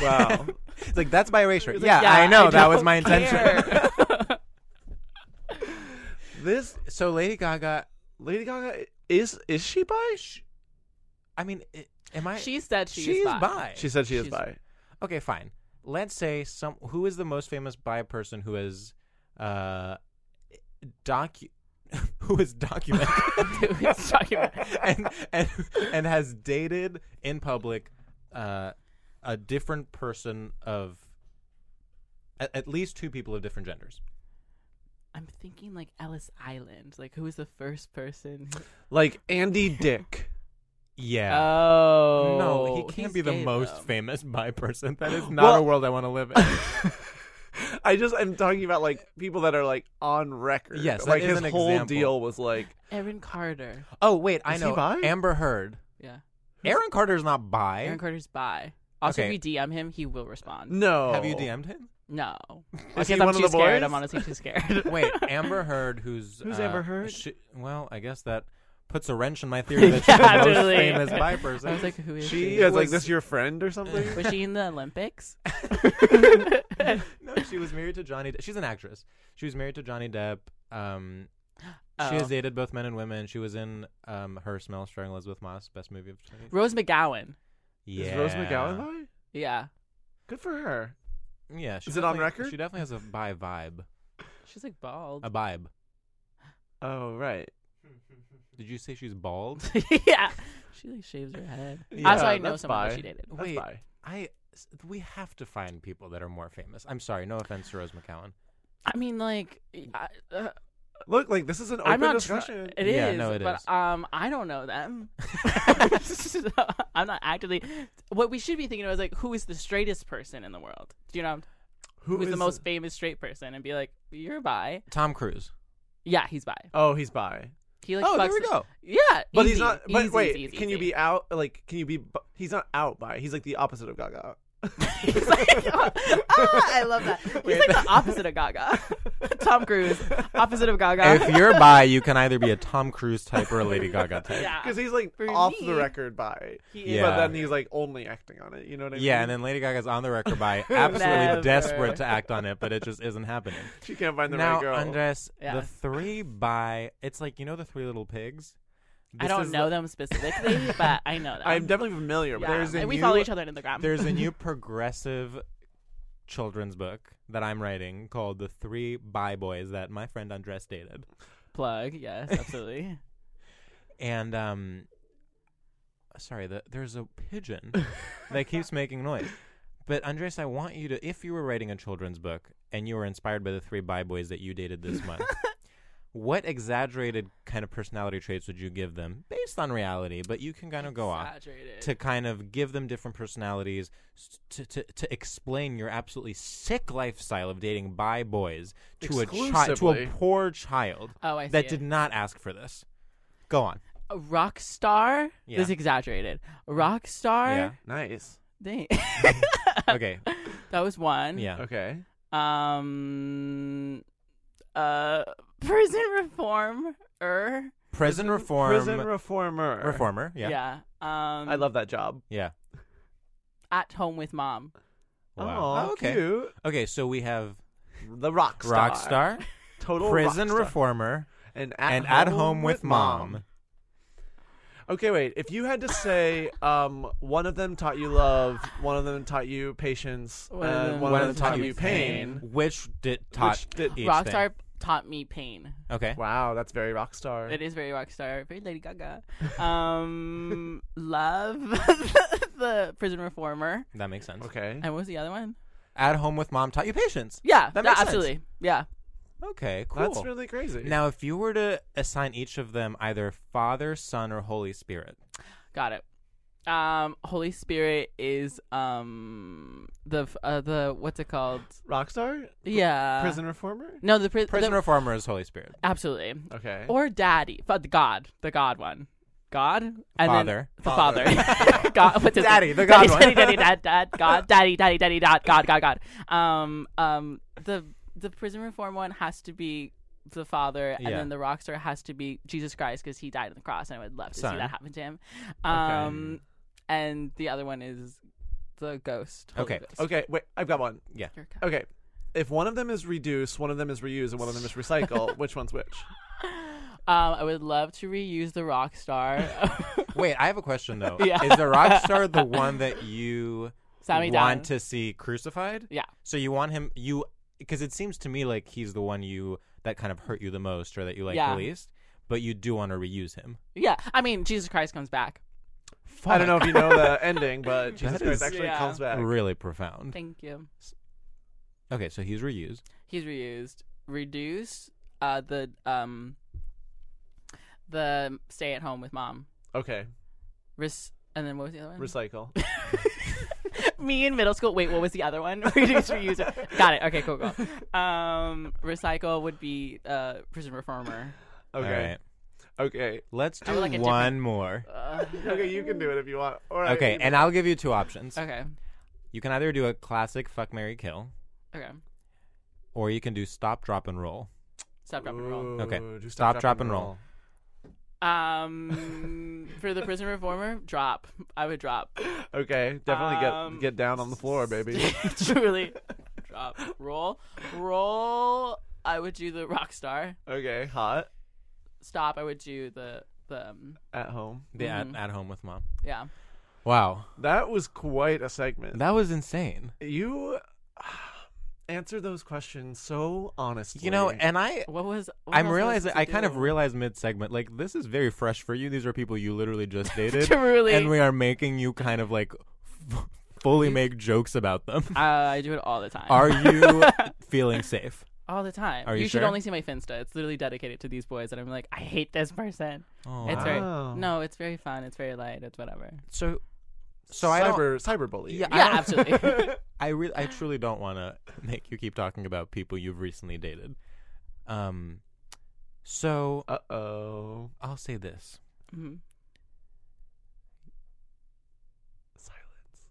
Speaker 1: wow.
Speaker 2: It's like that's bi erasure.
Speaker 4: It's like,
Speaker 2: yeah,
Speaker 4: yeah,
Speaker 2: I know
Speaker 4: I
Speaker 2: that was
Speaker 4: don't
Speaker 2: my intention. [laughs]
Speaker 4: care. [laughs]
Speaker 1: This
Speaker 2: so Lady Gaga,
Speaker 1: Lady Gaga is is she bi? She,
Speaker 2: I mean, i- am I?
Speaker 4: she said she's,
Speaker 2: she's
Speaker 4: bi.
Speaker 2: bi.
Speaker 1: she said she is
Speaker 4: She's-
Speaker 1: bi.
Speaker 2: Okay, fine. Let's say some who is the most famous bi person who has uh docu [laughs] who is
Speaker 4: [laughs]
Speaker 2: documented
Speaker 4: It's documented.
Speaker 2: [laughs] and and and has dated in public uh a different person of at, at least two people of different genders.
Speaker 4: I'm thinking like Ellis Island. Like who was the first person? who-
Speaker 1: Like Andy Dick.
Speaker 2: Yeah.
Speaker 4: Oh
Speaker 2: no, he can't
Speaker 4: he's
Speaker 2: be the
Speaker 4: gay,
Speaker 2: most
Speaker 4: though.
Speaker 2: famous [laughs] bi person. That is not a
Speaker 1: Well-
Speaker 2: world I want to live
Speaker 1: [laughs]
Speaker 2: in.
Speaker 1: I just I'm talking about like people that are like on record.
Speaker 2: Yes, that
Speaker 1: like
Speaker 2: is
Speaker 1: his
Speaker 2: an
Speaker 1: whole
Speaker 2: example.
Speaker 1: deal was like
Speaker 4: Erin Carter.
Speaker 2: Oh wait, I
Speaker 1: Is he
Speaker 2: know.
Speaker 1: bi?
Speaker 2: Amber Heard.
Speaker 4: Yeah,
Speaker 2: Aaron Carter's not bi.
Speaker 4: Erin Carter's bi. Also,
Speaker 2: Okay.
Speaker 4: if you DM him, he will respond.
Speaker 1: no.
Speaker 4: Oh.
Speaker 2: Have you DM'd
Speaker 4: [laughs]
Speaker 2: him?
Speaker 4: No,
Speaker 1: Is he
Speaker 4: I guess I'm
Speaker 1: one of
Speaker 4: too
Speaker 1: the
Speaker 4: scared.
Speaker 1: boys?
Speaker 4: I'm honestly too scared.
Speaker 2: Wait, Amber Heard,
Speaker 1: [laughs]
Speaker 2: who's uh,
Speaker 1: Who's Amber Heard?
Speaker 2: She, well, I guess that puts a wrench in my
Speaker 4: [laughs]
Speaker 2: theory that she's
Speaker 4: Yeah,
Speaker 2: the most
Speaker 4: totally.
Speaker 2: famous bi person.
Speaker 4: I was like, who is
Speaker 1: She
Speaker 4: she?
Speaker 1: is like
Speaker 2: was-
Speaker 1: this your friend or something?
Speaker 4: [laughs] Was she in
Speaker 2: [laughs]
Speaker 4: the Olympics?
Speaker 2: [laughs]
Speaker 4: [laughs]
Speaker 2: no, she was married to Johnny. De- she's an actress. She was married to Johnny Depp.
Speaker 4: [gasps]
Speaker 2: Um, She
Speaker 4: Oh.
Speaker 2: has dated both men and women. She was in um, her smells starring Elizabeth Moss, best movie of 20.
Speaker 4: Rose McGowan.
Speaker 2: yeah.
Speaker 1: Is Rose McGowan bi?
Speaker 4: Yeah,
Speaker 1: Good for her.
Speaker 2: Yeah. she
Speaker 1: Is it on
Speaker 2: definitely-
Speaker 1: record?
Speaker 2: She definitely has a bi vibe.
Speaker 4: she's like bald. [laughs]
Speaker 2: A vibe.
Speaker 1: Oh right.
Speaker 2: Did you say she's bald?
Speaker 4: [laughs] yeah, she like shaves her head.
Speaker 1: Yeah,
Speaker 4: also, I know
Speaker 1: that's
Speaker 4: someone that
Speaker 1: bi.
Speaker 4: she dated.
Speaker 1: That's
Speaker 2: Wait.
Speaker 1: bi.
Speaker 2: I. s- We have to find people that are more famous. I'm sorry. No offense to Rose McGowan.
Speaker 4: I mean, like, I, uh,
Speaker 1: Look, like this is an open
Speaker 4: I'm not
Speaker 1: discussion.
Speaker 4: Try- it is,
Speaker 2: Yeah, no, it
Speaker 4: but
Speaker 2: is.
Speaker 4: um, I don't know them. So, I'm not actively. What we should be thinking of is like, who is the straightest person in the world? Do you know who is the most famous straight person? And be like, you're bi.
Speaker 2: Tom
Speaker 4: [laughs]
Speaker 2: Cruise.
Speaker 4: Yeah, he's bi.
Speaker 1: Oh, he's bi.
Speaker 4: He like.
Speaker 2: oh,
Speaker 4: fucks
Speaker 2: there we
Speaker 4: the-
Speaker 2: go.
Speaker 4: Yeah,
Speaker 1: But he's
Speaker 4: easy,
Speaker 1: not. But
Speaker 4: easy,
Speaker 1: wait,
Speaker 4: easy, easy,
Speaker 1: can you
Speaker 4: easy.
Speaker 1: be out? Like, can you be? bu- He's not out by. He's like the opposite of Gaga.
Speaker 4: [laughs] He's like, [laughs] ah, I love that. He's
Speaker 2: Wait,
Speaker 4: like
Speaker 2: that-
Speaker 4: the opposite of Gaga. [laughs] Tom Cruise, opposite of Gaga.
Speaker 2: if you're bi, you can either be a Tom Cruise type or a Lady Gaga type.
Speaker 4: yeah,
Speaker 1: Because he's like
Speaker 4: For
Speaker 1: off
Speaker 4: me-
Speaker 1: the record by.
Speaker 4: he is.
Speaker 2: Yeah.
Speaker 1: But then he's like only acting on it. You know what I mean?
Speaker 2: Yeah, and then Lady Gaga's on the record
Speaker 4: [laughs]
Speaker 2: by absolutely
Speaker 4: Never.
Speaker 2: desperate to act on it, but it just isn't happening.
Speaker 1: she can't find the
Speaker 2: now,
Speaker 1: right girl.
Speaker 2: Andres,
Speaker 4: Yeah.
Speaker 2: the three by it's like you know the three little pigs.
Speaker 4: I
Speaker 2: This
Speaker 4: don't
Speaker 2: is
Speaker 4: know
Speaker 2: the-
Speaker 4: them specifically,
Speaker 2: [laughs]
Speaker 4: but I know them.
Speaker 1: I'm definitely familiar.
Speaker 4: Yeah.
Speaker 1: But there's
Speaker 2: a
Speaker 4: and we
Speaker 2: new-
Speaker 4: follow each other on Instagram.
Speaker 2: There's a new progressive children's book that I'm writing called "The Three By Boys" that my friend Andres dated,
Speaker 4: [laughs]
Speaker 2: [laughs]
Speaker 4: plug. Yes, absolutely.
Speaker 2: and um, sorry, the, there's a
Speaker 4: [laughs]
Speaker 2: pigeon that keeps making noise. But Andres, I want you to, if you were writing a children's book and you were inspired by the three bi boys that you dated this
Speaker 4: [laughs]
Speaker 2: month, what exaggerated kind of personality traits would you give them based on reality? But you can kind of go off
Speaker 4: Saturated.
Speaker 2: to kind of give them different personalities s- to, to, to explain your absolutely sick lifestyle of dating bi boys to a child to a
Speaker 1: Exclusively.
Speaker 2: poor child
Speaker 4: Oh, I see.
Speaker 2: that
Speaker 4: it.
Speaker 2: did not ask for this. Go on.
Speaker 4: A rock star.
Speaker 2: Yeah.
Speaker 4: This is exaggerated. A Rock star.
Speaker 2: Yeah.
Speaker 1: nice.
Speaker 4: Dang. [laughs]
Speaker 1: [laughs]
Speaker 2: Okay.
Speaker 4: that was one.
Speaker 2: Yeah.
Speaker 1: Okay.
Speaker 4: Um. Uh. Prison reform. Er.
Speaker 2: Prison reform.
Speaker 1: Prison reformer.
Speaker 2: reformer. Yeah.
Speaker 4: Yeah. Um.
Speaker 1: I love that job.
Speaker 2: Yeah.
Speaker 4: at home with mom.
Speaker 2: Wow.
Speaker 1: Oh,
Speaker 2: okay.
Speaker 1: cute.
Speaker 2: Okay, so we have
Speaker 1: The rock star.
Speaker 2: rock star,
Speaker 1: Total
Speaker 2: prison
Speaker 1: rock star.
Speaker 2: reformer,
Speaker 1: And at
Speaker 2: and
Speaker 1: home
Speaker 2: at home with mom.
Speaker 1: Okay, wait. If you had to say um, one of them taught you love, one of them taught you patience,
Speaker 4: One of
Speaker 1: and
Speaker 4: them-
Speaker 1: one, of them taught you
Speaker 4: pain.
Speaker 1: pain.
Speaker 2: which did taught
Speaker 1: did-
Speaker 2: each
Speaker 4: rock
Speaker 2: thing.
Speaker 4: star taught me pain.
Speaker 2: Okay.
Speaker 1: Wow, that's very rock star.
Speaker 4: It is very rock star, very Lady Gaga.
Speaker 2: [laughs]
Speaker 4: Um, love [laughs] the prison reformer.
Speaker 2: That makes sense.
Speaker 1: Okay.
Speaker 4: And what was the other one?
Speaker 2: At home with mom taught you patience.
Speaker 4: Yeah,
Speaker 2: That
Speaker 4: no,
Speaker 2: makes sense.
Speaker 4: absolutely. Yeah,
Speaker 2: Okay, cool.
Speaker 1: That's really crazy.
Speaker 2: Now, if you were to assign each of them either Father, Son, or Holy Spirit,
Speaker 4: got it. Um, Holy Spirit is um the f- uh, the what's it called?
Speaker 1: Rockstar?
Speaker 4: Yeah.
Speaker 1: Prison reformer?
Speaker 4: No, the pri-
Speaker 2: Prison
Speaker 4: the-
Speaker 2: reformer is Holy Spirit.
Speaker 4: Absolutely.
Speaker 1: Okay.
Speaker 4: Or daddy, but the God, the God one. God and then
Speaker 2: Father.
Speaker 4: the father. [laughs] God, what's his name?
Speaker 2: Daddy, the God
Speaker 4: daddy,
Speaker 2: one.
Speaker 4: Daddy, daddy, dad, dad, God, daddy, daddy, daddy, dad, God, God, God. Um, um, the the prison reform one has to be the father, and
Speaker 2: Yeah.
Speaker 4: then the rockstar has to be Jesus Christ because he died on the cross, and I would love to
Speaker 2: Son.
Speaker 4: see that happen to him. Um, and the other one is the ghost. Holy
Speaker 2: Okay.
Speaker 4: Ghost.
Speaker 1: Okay, wait, I've got one.
Speaker 2: Yeah.
Speaker 4: Here it comes.
Speaker 1: Okay. If one of them is reduce, one of them is reuse, and one of them is recycle,
Speaker 4: [laughs]
Speaker 1: which one's which?
Speaker 4: [laughs] Um, I would love to reuse the rock star. [laughs]
Speaker 2: Wait, I have a
Speaker 1: [laughs]
Speaker 2: question though.
Speaker 4: Yeah.
Speaker 2: Is the rock star the one that you
Speaker 4: Sammy
Speaker 2: want
Speaker 4: Dawn.
Speaker 2: to see crucified?
Speaker 4: Yeah.
Speaker 2: So you want him you because it seems to me like he's the one you that kind of hurt you the most or that you like
Speaker 4: Yeah.
Speaker 2: the least, but you do want to reuse him.
Speaker 4: yeah, I mean Jesus Christ comes back.
Speaker 1: I don't know if you know the ending,
Speaker 2: [laughs]
Speaker 1: but Jesus
Speaker 2: That
Speaker 1: Christ
Speaker 2: is-
Speaker 1: actually
Speaker 4: Yeah.
Speaker 1: comes back.
Speaker 2: Really profound.
Speaker 4: Thank you.
Speaker 2: Okay, so he's reused.
Speaker 4: He's reused, reduced uh, the um the stay at home with mom.
Speaker 1: Okay.
Speaker 4: Res- and then what was the other one?
Speaker 1: Recycle.
Speaker 4: [laughs] Me in middle school. Wait, what was the other one? [laughs] Reduce, reuse. it. Got it. Okay,
Speaker 2: [laughs]
Speaker 4: cool, cool. Um, recycle would be uh prison reformer.
Speaker 2: All
Speaker 1: Okay.
Speaker 2: right.
Speaker 1: Okay.
Speaker 2: Let's do
Speaker 4: would like a
Speaker 2: one more.
Speaker 4: Uh,
Speaker 1: [laughs] Okay, you can do it if you want. All right.
Speaker 2: Okay, and I'll give you two options.
Speaker 4: okay,
Speaker 2: You can either do a classic fuck Mary Kill
Speaker 4: okay.
Speaker 2: or you can do stop, drop, and roll.
Speaker 4: Stop, drop, and roll.
Speaker 2: Okay. Stop, drop, and roll.
Speaker 4: Um, for the prison reformer, drop. I would drop. [laughs]
Speaker 1: Okay, definitely
Speaker 4: Um,
Speaker 1: get get down on the floor, baby.
Speaker 4: [laughs] Truly, drop. Roll, roll. I would do the rock star.
Speaker 1: okay, hot
Speaker 4: stop, I would do the the um,
Speaker 1: at home.
Speaker 2: The at, at home with mom.
Speaker 4: Mm-hmm. yeah.
Speaker 2: Wow.
Speaker 1: That was quite a segment.
Speaker 2: That was insane.
Speaker 1: you [sighs] answer those questions so honestly.
Speaker 2: You know, and I
Speaker 4: What was what
Speaker 2: I'm
Speaker 4: else was
Speaker 2: realizing
Speaker 4: supposed
Speaker 2: I
Speaker 4: to
Speaker 2: kind of
Speaker 4: do?
Speaker 2: realized mid segment like this is very fresh for you. These are people you literally
Speaker 4: [laughs]
Speaker 2: just dated,
Speaker 4: Truly.
Speaker 2: and we are making you kind of like f- fully make jokes about them.
Speaker 4: Uh, I do it all the time.
Speaker 2: Are
Speaker 4: [laughs]
Speaker 2: you feeling safe?
Speaker 4: all the time?
Speaker 2: Are you
Speaker 4: should
Speaker 2: sure?
Speaker 4: only see my Finsta. It's literally dedicated to these boys, and I'm like, I hate this person.
Speaker 2: Oh,
Speaker 4: It's
Speaker 2: wow.
Speaker 4: very
Speaker 1: Wow.
Speaker 4: no, it's very fun. It's very light. It's whatever.
Speaker 2: so. So I don't,
Speaker 1: cyber cyberbullying.
Speaker 2: Yeah, I
Speaker 4: [laughs] Yeah,
Speaker 2: don't-
Speaker 4: absolutely.
Speaker 2: [laughs] I really, I truly don't want to [laughs] make you keep talking about people you've recently dated. Um, so
Speaker 1: Uh [laughs] oh.
Speaker 2: I'll say this:
Speaker 4: Mhm.
Speaker 1: Silence.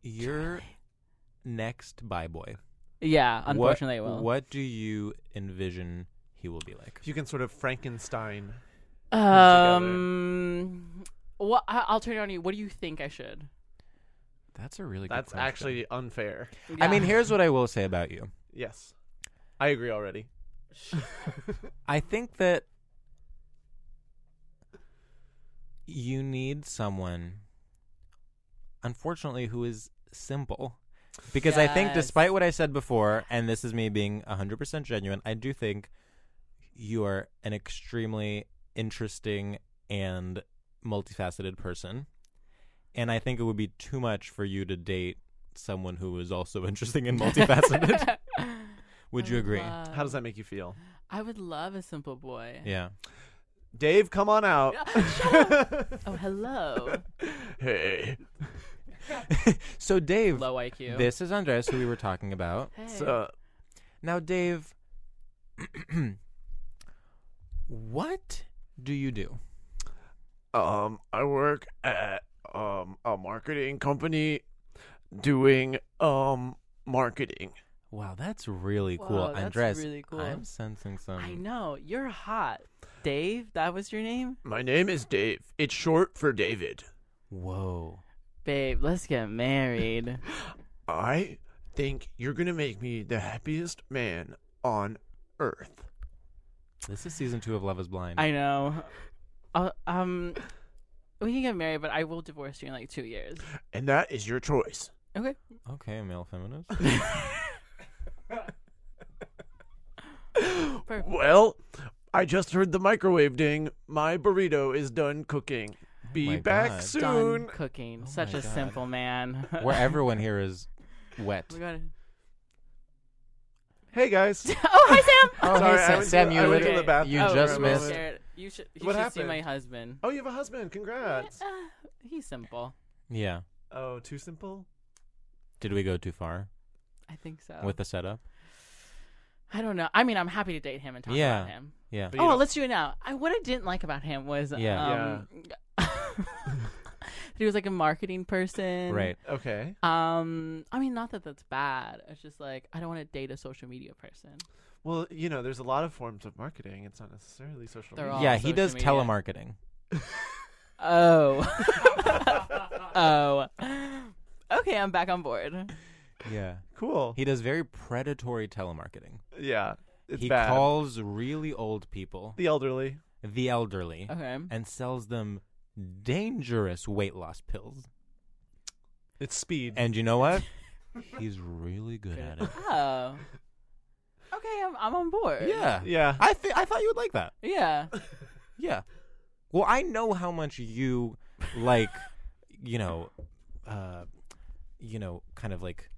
Speaker 2: your next by boy.
Speaker 4: Yeah,
Speaker 2: what-
Speaker 4: unfortunately, it will.
Speaker 2: What do you envision he will be like?
Speaker 1: You can sort of Frankenstein.
Speaker 4: Um, what I- I'll turn it on you. What do you think I should?
Speaker 2: That's a really good
Speaker 1: That's
Speaker 2: question.
Speaker 1: actually unfair.
Speaker 2: I mean,
Speaker 4: Yeah.
Speaker 2: here's what I will say about you.
Speaker 1: Yes, I agree already.
Speaker 2: I think that you need someone, unfortunately, who is simple. Because I think,
Speaker 4: Yes.
Speaker 2: despite what I said before, and this is me being 100% genuine, I do think you are an extremely interesting and multifaceted person. And I think it would be too much for you to date someone who is also [laughs] interesting and multifaceted.
Speaker 4: [laughs]
Speaker 2: would
Speaker 4: I
Speaker 2: you agree?
Speaker 4: love-
Speaker 1: How does that make you feel,
Speaker 4: I would love a simple boy.
Speaker 2: Yeah. [laughs]
Speaker 1: Dave? Come on out.
Speaker 4: Oh,
Speaker 2: [laughs]
Speaker 4: hello.
Speaker 1: [laughs] hey.
Speaker 2: so, Dave,
Speaker 4: Low IQ.
Speaker 2: This uh, is Andres, who we were talking about.
Speaker 4: Hey.
Speaker 1: So
Speaker 2: Now, Dave, [clears throat] what do you do?
Speaker 1: Um, I work at um a marketing company doing um marketing.
Speaker 2: Wow, that's really cool,
Speaker 4: Wow, that's
Speaker 2: Andres.
Speaker 4: really cool.
Speaker 2: I'm sensing some.
Speaker 4: I know you're hot, Dave. That was your name,
Speaker 1: My name is Dave. It's short for David.
Speaker 2: Whoa.
Speaker 4: babe. Let's get
Speaker 2: [laughs]
Speaker 4: married.
Speaker 1: I think you're going to make me the happiest man on earth.
Speaker 2: This is season two of Love is Blind.
Speaker 4: I know. Uh, um, we can get married, but I will divorce you in like two years.
Speaker 1: And that is your choice.
Speaker 4: Okay.
Speaker 2: okay, male feminist.
Speaker 4: [laughs] Perfect.
Speaker 1: Well, I just heard the microwave ding. My burrito is done cooking. Be
Speaker 2: my
Speaker 1: back
Speaker 2: God.
Speaker 1: soon.
Speaker 4: Done cooking.
Speaker 2: Oh
Speaker 4: Such
Speaker 2: my
Speaker 4: a
Speaker 2: God.
Speaker 4: simple man. [laughs] Oh
Speaker 2: Where everyone here is wet.
Speaker 4: We gotta-
Speaker 1: Hey guys.
Speaker 4: [laughs] [laughs] oh, hi Sam.
Speaker 2: [laughs] Oh,
Speaker 1: Sorry, I
Speaker 2: hey, Sam,
Speaker 1: went to-
Speaker 2: Sam, you
Speaker 1: I went to
Speaker 2: lit-
Speaker 1: the bathroom
Speaker 2: you
Speaker 4: Oh,
Speaker 2: just
Speaker 4: I'm
Speaker 1: for a
Speaker 2: missed.
Speaker 1: moment.
Speaker 4: scared. You should. You
Speaker 1: What
Speaker 4: should see
Speaker 1: happened?
Speaker 4: my husband.
Speaker 1: Oh, you have a husband. Congrats.
Speaker 4: Uh, he's simple.
Speaker 2: Yeah.
Speaker 1: Oh, too simple?
Speaker 2: Did we go too far
Speaker 4: I think so.
Speaker 2: with the setup?
Speaker 4: I don't know. I mean, I'm happy to date him and talk
Speaker 2: Yeah.
Speaker 4: about him.
Speaker 2: Yeah. But
Speaker 4: Oh,
Speaker 2: you
Speaker 4: let's do it now. I, what I didn't like about him was [laughs]
Speaker 2: Yeah.
Speaker 4: um, he was like a marketing person.
Speaker 2: Right.
Speaker 1: Okay.
Speaker 2: uh,
Speaker 4: Um, I mean, not that that's bad. It's just like I don't want to date a social media person.
Speaker 1: Well, you know, there's a lot of forms of marketing. It's not necessarily social
Speaker 4: They're
Speaker 1: media.
Speaker 4: all
Speaker 2: yeah, he
Speaker 4: social
Speaker 2: does
Speaker 4: media.
Speaker 2: telemarketing.
Speaker 4: Oh. oh. Okay, I'm back on board.
Speaker 2: Yeah.
Speaker 1: [laughs] Cool.
Speaker 2: He does very predatory telemarketing.
Speaker 1: yeah. It's
Speaker 2: he
Speaker 1: bad.
Speaker 2: calls really old people,
Speaker 1: the elderly.
Speaker 2: the elderly,
Speaker 4: Okay.
Speaker 2: and sells them dangerous weight loss pills.
Speaker 1: It's speed.
Speaker 2: And you know what? He's really good at it.
Speaker 4: Oh. Okay, I'm I'm on board.
Speaker 2: Yeah.
Speaker 1: Yeah.
Speaker 2: I thi- I thought you would like that.
Speaker 4: Yeah.
Speaker 2: Yeah. Well, I know how much you like, you know, uh, you know, kind of like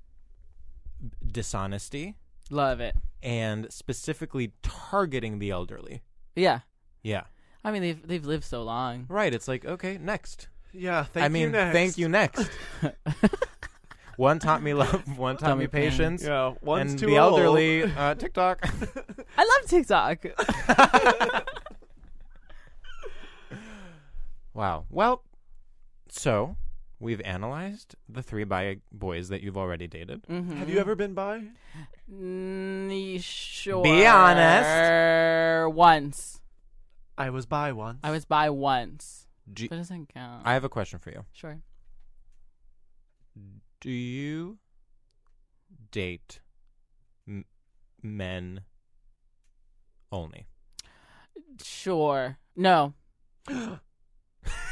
Speaker 2: dishonesty
Speaker 4: Love it.
Speaker 2: and specifically targeting the elderly.
Speaker 4: Yeah.
Speaker 2: Yeah.
Speaker 4: I mean, they've they've lived so long.
Speaker 2: Right. It's like, okay, next.
Speaker 1: yeah. Thank
Speaker 2: I
Speaker 1: you.
Speaker 2: mean,
Speaker 1: next.
Speaker 2: thank you next. [laughs] one taught me love, [laughs] one taught me
Speaker 4: pain.
Speaker 2: patience.
Speaker 1: Yeah. One's
Speaker 2: and
Speaker 1: too
Speaker 2: the
Speaker 1: old.
Speaker 2: elderly uh, TikTok.
Speaker 4: I love TikTok.
Speaker 2: [laughs] wow. Well, so we've analyzed the three bi boys that you've already dated.
Speaker 1: [laughs] Have you ever been by?
Speaker 4: Mm, sure.
Speaker 2: Be honest.
Speaker 4: Once
Speaker 1: I was by once.
Speaker 4: I was by once.
Speaker 2: Do-
Speaker 4: That doesn't count.
Speaker 2: I have a question for you.
Speaker 4: sure.
Speaker 2: Do you date m- men only?
Speaker 4: Sure. No. I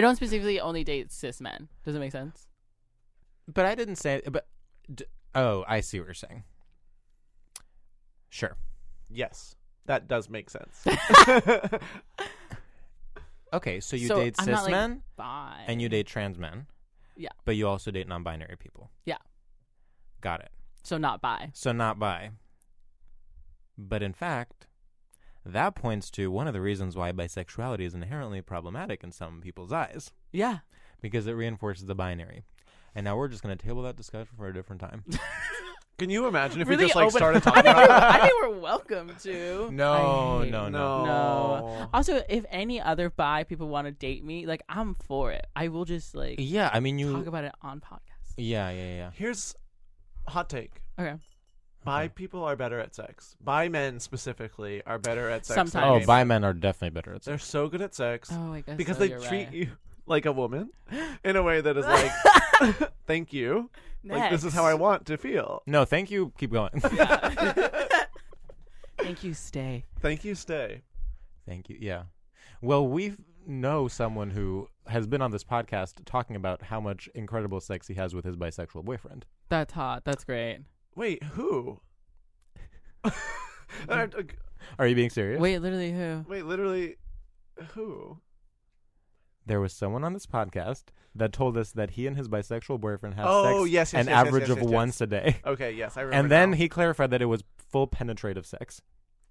Speaker 4: don't specifically only date cis men. Does it make sense?
Speaker 2: But I didn't say. But d- oh, I see what you're saying. Sure.
Speaker 1: Yes. That does make sense.
Speaker 2: [laughs]
Speaker 1: [laughs]
Speaker 2: Okay, so you
Speaker 4: So
Speaker 2: date
Speaker 4: I'm
Speaker 2: cis
Speaker 4: not, like,
Speaker 2: men
Speaker 4: Bye.
Speaker 2: and you date trans men.
Speaker 4: Yeah.
Speaker 2: But you also date non-binary people.
Speaker 4: Yeah.
Speaker 2: Got it.
Speaker 4: So not bi.
Speaker 2: So not bi. But in fact, that points to one of the reasons why bisexuality is inherently problematic in some people's eyes
Speaker 4: Yeah.
Speaker 2: because it reinforces the binary. And now we're just going to table that discussion for a different time.
Speaker 1: Can you imagine if
Speaker 4: Really
Speaker 1: we just like
Speaker 4: open-
Speaker 1: started
Speaker 4: [laughs] I
Speaker 1: talking
Speaker 4: think,
Speaker 1: about
Speaker 4: we're, I think we're welcome
Speaker 2: [laughs]
Speaker 4: to.
Speaker 2: No,
Speaker 4: I hate-
Speaker 2: no,
Speaker 1: no.
Speaker 4: No. Also, if any other bi people want to date me, like I'm for it. I will just like
Speaker 2: yeah, I mean you
Speaker 4: talk about it on podcast.
Speaker 2: Yeah, yeah, yeah.
Speaker 1: [laughs] Here's hot take.
Speaker 4: Okay.
Speaker 1: Bi people are better at sex. Bi men specifically are better at sex. than
Speaker 4: Sometimes.
Speaker 2: Oh,
Speaker 1: gay
Speaker 2: bi men are definitely better at
Speaker 1: They're
Speaker 2: sex.
Speaker 1: so good at sex
Speaker 4: Oh, I guess
Speaker 1: because
Speaker 4: so,
Speaker 1: they
Speaker 4: you're
Speaker 1: treat
Speaker 4: right.
Speaker 1: you like a woman in a way that is like,
Speaker 4: [laughs]
Speaker 1: [laughs] thank you. Like this is how I
Speaker 4: Next.
Speaker 1: want to feel.
Speaker 2: No, thank you.
Speaker 1: [laughs]
Speaker 2: Keep going.
Speaker 4: Thank you. Stay.
Speaker 1: Thank you. Stay.
Speaker 2: Thank you. Yeah. Well, we know someone who has been on this podcast talking about how much incredible sex he has with his bisexual boyfriend.
Speaker 4: That's hot. That's great.
Speaker 1: Wait, who? [laughs] Uh,
Speaker 2: Are you being serious?
Speaker 4: Wait, literally who?
Speaker 1: Wait, literally, who?
Speaker 2: There was someone on this podcast that told us that he and his bisexual boyfriend have
Speaker 1: Oh,
Speaker 2: sex
Speaker 1: yes, yes, yes,
Speaker 2: an
Speaker 1: yes,
Speaker 2: average
Speaker 1: yes,
Speaker 2: of
Speaker 1: yes, yes.
Speaker 2: once a day.
Speaker 1: Okay, yes, I remember.
Speaker 2: And then
Speaker 1: now.
Speaker 2: he clarified that it was full penetrative sex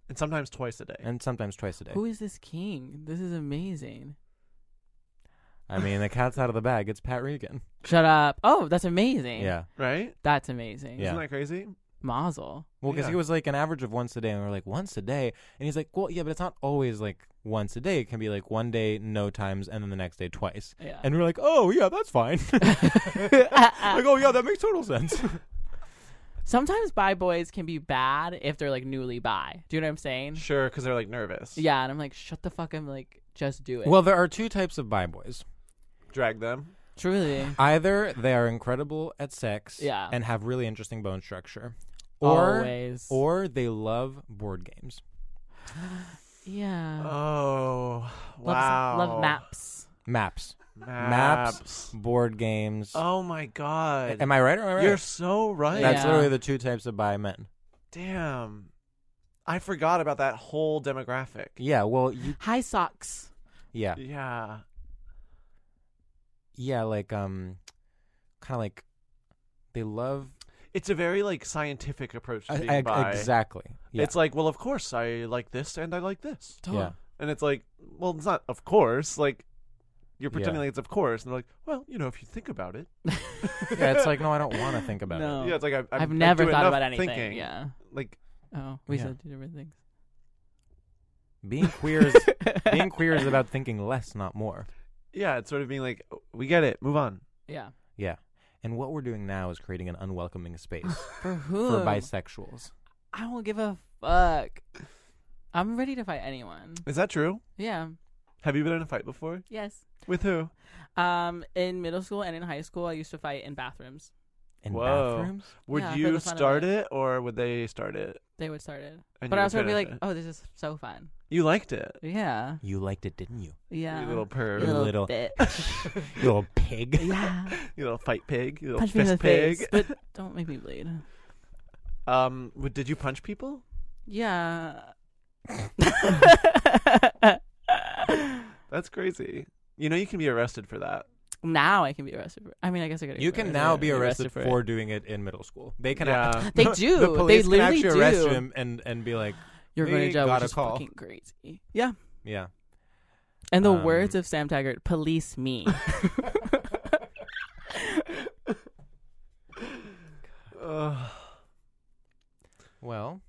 Speaker 1: and sometimes twice a day.
Speaker 2: and sometimes twice a day.
Speaker 4: Who is this king? This is amazing.
Speaker 2: I mean, the cat's out of the bag. It's Pat Regan.
Speaker 4: Shut up. Oh, that's amazing.
Speaker 2: Yeah.
Speaker 1: right?
Speaker 4: That's amazing.
Speaker 2: Yeah.
Speaker 1: Isn't that crazy?
Speaker 4: Mazel.
Speaker 2: Well, because
Speaker 1: Yeah.
Speaker 2: he was like an average of once a day, and we are like once a day, and he's like, well, yeah, but it's not always like once a day. It can be like one day, no times, and then the next day twice.
Speaker 4: Yeah.
Speaker 2: And we are like, oh yeah, that's
Speaker 4: [laughs]
Speaker 2: fine. [laughs] like, oh yeah, that makes total sense.
Speaker 4: Sometimes bi boys can be bad if they're like newly bi. Do you know what I'm saying?
Speaker 1: Sure, because they're like nervous.
Speaker 4: Yeah, and I'm like, shut the fuck up. Like, just do it.
Speaker 2: well, there are two types of bi boys.
Speaker 1: Drag them.
Speaker 4: truly.
Speaker 2: Either they are incredible at sex,
Speaker 4: Yeah.
Speaker 2: and have really interesting bone structure, or
Speaker 4: Always.
Speaker 2: or they love board games,
Speaker 4: Yeah.
Speaker 1: Oh, wow.
Speaker 4: Oh. Love, love maps.
Speaker 2: maps,
Speaker 1: Maps.
Speaker 2: board games.
Speaker 1: Oh my god.
Speaker 2: Am I right or am I right?
Speaker 1: You're so right.
Speaker 2: That's
Speaker 4: Yeah.
Speaker 2: literally the two types of bi men.
Speaker 1: Damn. I forgot about that whole demographic.
Speaker 2: Yeah. Well, you.
Speaker 4: High socks.
Speaker 2: Yeah.
Speaker 1: Yeah.
Speaker 2: yeah, like um, kind of like they love
Speaker 1: It's a very like scientific approach to being
Speaker 2: I- I-
Speaker 1: bi.
Speaker 2: exactly. Yeah.
Speaker 1: It's like, well, of course I like this and I like this.
Speaker 2: yeah,
Speaker 1: And it's like, well, it's not of course, like You're pretending
Speaker 2: Yeah.
Speaker 1: like it's of course, and they're like, well, you know, if you think about
Speaker 4: [laughs]
Speaker 1: it.
Speaker 2: yeah, it's like no, I don't want to think about
Speaker 4: No.
Speaker 2: it.
Speaker 1: Yeah, it's like I,
Speaker 4: I've
Speaker 1: I
Speaker 4: never
Speaker 1: do
Speaker 4: thought
Speaker 1: enough
Speaker 4: about anything,
Speaker 1: Thinking.
Speaker 4: yeah.
Speaker 1: like
Speaker 4: Oh, we
Speaker 2: Yeah.
Speaker 4: said two different things.
Speaker 2: Being queer is being queer is about thinking less, not more.
Speaker 1: yeah, it's sort of being like, oh, we get it, move on.
Speaker 4: Yeah.
Speaker 2: Yeah. And what we're doing now is creating an unwelcoming space
Speaker 4: For who?
Speaker 2: for bisexuals.
Speaker 4: I won't give a fuck. I'm ready to fight anyone.
Speaker 1: Is that true?
Speaker 4: Mm-hmm. Yeah.
Speaker 1: Have you been in a fight before?
Speaker 4: Yes.
Speaker 1: With who?
Speaker 4: Um, in middle school and in high school, I used to fight in bathrooms.
Speaker 2: In
Speaker 1: Whoa.
Speaker 2: bathrooms?
Speaker 1: Would
Speaker 4: Yeah, for
Speaker 1: you
Speaker 4: the fun of
Speaker 1: start
Speaker 4: it.
Speaker 1: it or would they start it?
Speaker 4: They would start it,
Speaker 1: And
Speaker 4: but
Speaker 1: you would
Speaker 4: I was gonna be
Speaker 1: finish
Speaker 4: like,
Speaker 1: it.
Speaker 4: "Oh, this is so fun."
Speaker 1: You liked it.
Speaker 4: Yeah.
Speaker 2: You liked it, didn't you?
Speaker 4: Yeah.
Speaker 1: You little perv.
Speaker 2: You
Speaker 4: Little
Speaker 1: [laughs]
Speaker 2: little-
Speaker 4: bitch.
Speaker 2: You little pig.
Speaker 4: yeah.
Speaker 1: You little fight pig. You little
Speaker 4: Punch me in
Speaker 1: fist
Speaker 4: the
Speaker 1: pig.
Speaker 4: face, but don't make me bleed.
Speaker 1: Um, would, did you punch people?
Speaker 4: Yeah.
Speaker 1: [laughs] That's crazy. You know you can be arrested for that.
Speaker 4: now I can be arrested. For, I mean, I guess I could.
Speaker 2: You can now be arrested
Speaker 4: for,
Speaker 2: for,
Speaker 4: it.
Speaker 2: doing it in middle school. They can.
Speaker 1: Yeah.
Speaker 4: [laughs]
Speaker 2: [laughs]
Speaker 4: They
Speaker 2: the
Speaker 4: do. They
Speaker 2: police can
Speaker 4: literally
Speaker 2: actually arrest
Speaker 4: do.
Speaker 2: him and and be like,
Speaker 4: You're going
Speaker 2: We
Speaker 4: to jail,
Speaker 2: got
Speaker 4: which
Speaker 2: a
Speaker 4: is
Speaker 2: call.
Speaker 4: fucking crazy. Yeah.
Speaker 2: yeah.
Speaker 4: And the
Speaker 2: Um,
Speaker 4: words of Sam Taggart, "Police me."
Speaker 1: Ugh.
Speaker 2: Well.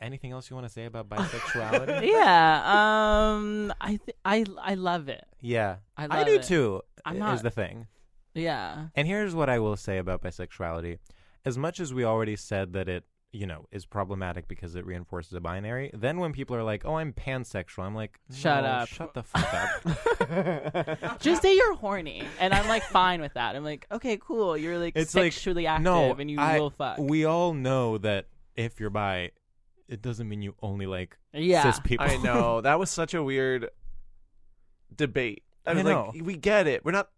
Speaker 2: Anything else you want to say about
Speaker 4: [laughs]
Speaker 2: bisexuality? [laughs]
Speaker 4: yeah. Um. I th- I I love it.
Speaker 2: yeah,
Speaker 4: I love
Speaker 2: I do
Speaker 4: it.
Speaker 2: too.
Speaker 4: I'm
Speaker 2: i- Is
Speaker 4: not-
Speaker 2: the thing.
Speaker 4: Yeah.
Speaker 2: And here's what I will say about bisexuality. As much as we already said that it, you know, is problematic because it reinforces a binary, then when people are like, "Oh, I'm pansexual," I'm like,
Speaker 4: Shut
Speaker 2: "No,
Speaker 4: up.
Speaker 2: shut the fuck
Speaker 4: [laughs]
Speaker 2: up."
Speaker 4: Just say you're horny, and I'm like fine with that. I'm like, okay, cool. You're like
Speaker 2: It's like,
Speaker 4: sexually active,
Speaker 2: no,
Speaker 4: and you
Speaker 2: I-
Speaker 4: will fuck.
Speaker 2: we all know that if you're bi, it doesn't mean you only like
Speaker 4: yeah.
Speaker 2: cis people.
Speaker 1: I know. That was such a weird debate. I
Speaker 2: I
Speaker 1: was
Speaker 2: know.
Speaker 1: like, we get it. We're not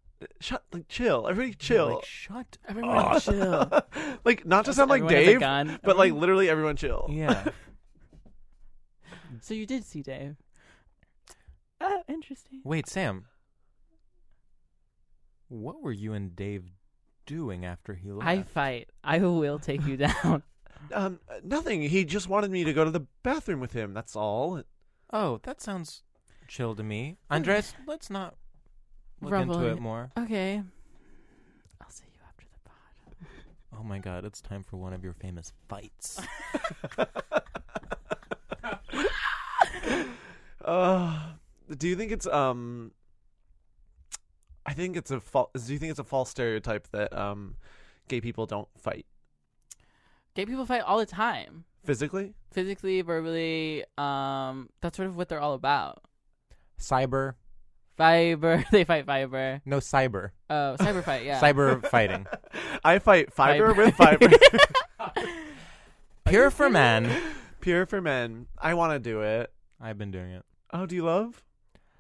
Speaker 1: shut like chill. Everybody
Speaker 2: They're
Speaker 1: chill.
Speaker 2: [laughs] like, shut
Speaker 4: Everyone
Speaker 2: up.
Speaker 4: chill.
Speaker 1: [laughs] like not to
Speaker 4: Just
Speaker 1: sound like
Speaker 4: everyone has a
Speaker 1: Dave,
Speaker 4: gun.
Speaker 1: but like
Speaker 4: Everyone-
Speaker 1: literally everyone chill.
Speaker 2: [laughs] yeah.
Speaker 4: So you did see Dave. Oh, interesting.
Speaker 2: Wait, Sam. What were you and Dave doing after he left?
Speaker 4: I fight. I will take you down.
Speaker 1: Um, nothing. He just wanted me to go to the bathroom with him. That's all.
Speaker 2: Oh, that sounds chill to me. Andres, let's not look
Speaker 4: Rumble
Speaker 2: into
Speaker 4: in
Speaker 2: it
Speaker 4: it.
Speaker 2: more.
Speaker 4: okay. I'll see you after the pod.
Speaker 2: Oh my god, it's time for one of your famous fights.
Speaker 1: Uh, do you think it's um? I think it's a false. Do you think it's a false stereotype that um, gay people don't fight
Speaker 4: Gay people fight all the time.
Speaker 1: physically?
Speaker 4: Physically, verbally, um, that's sort of what they're all about.
Speaker 2: cyber,
Speaker 4: Fiber, [laughs] they fight fiber.
Speaker 2: no cyber.
Speaker 4: Oh, cyber fight, yeah.
Speaker 2: Cyber fighting.
Speaker 1: [laughs] I fight fiber, with fiber,
Speaker 2: Pure for men.
Speaker 1: pure for men. I want to do it.
Speaker 2: I've been doing it.
Speaker 1: Oh, do you love?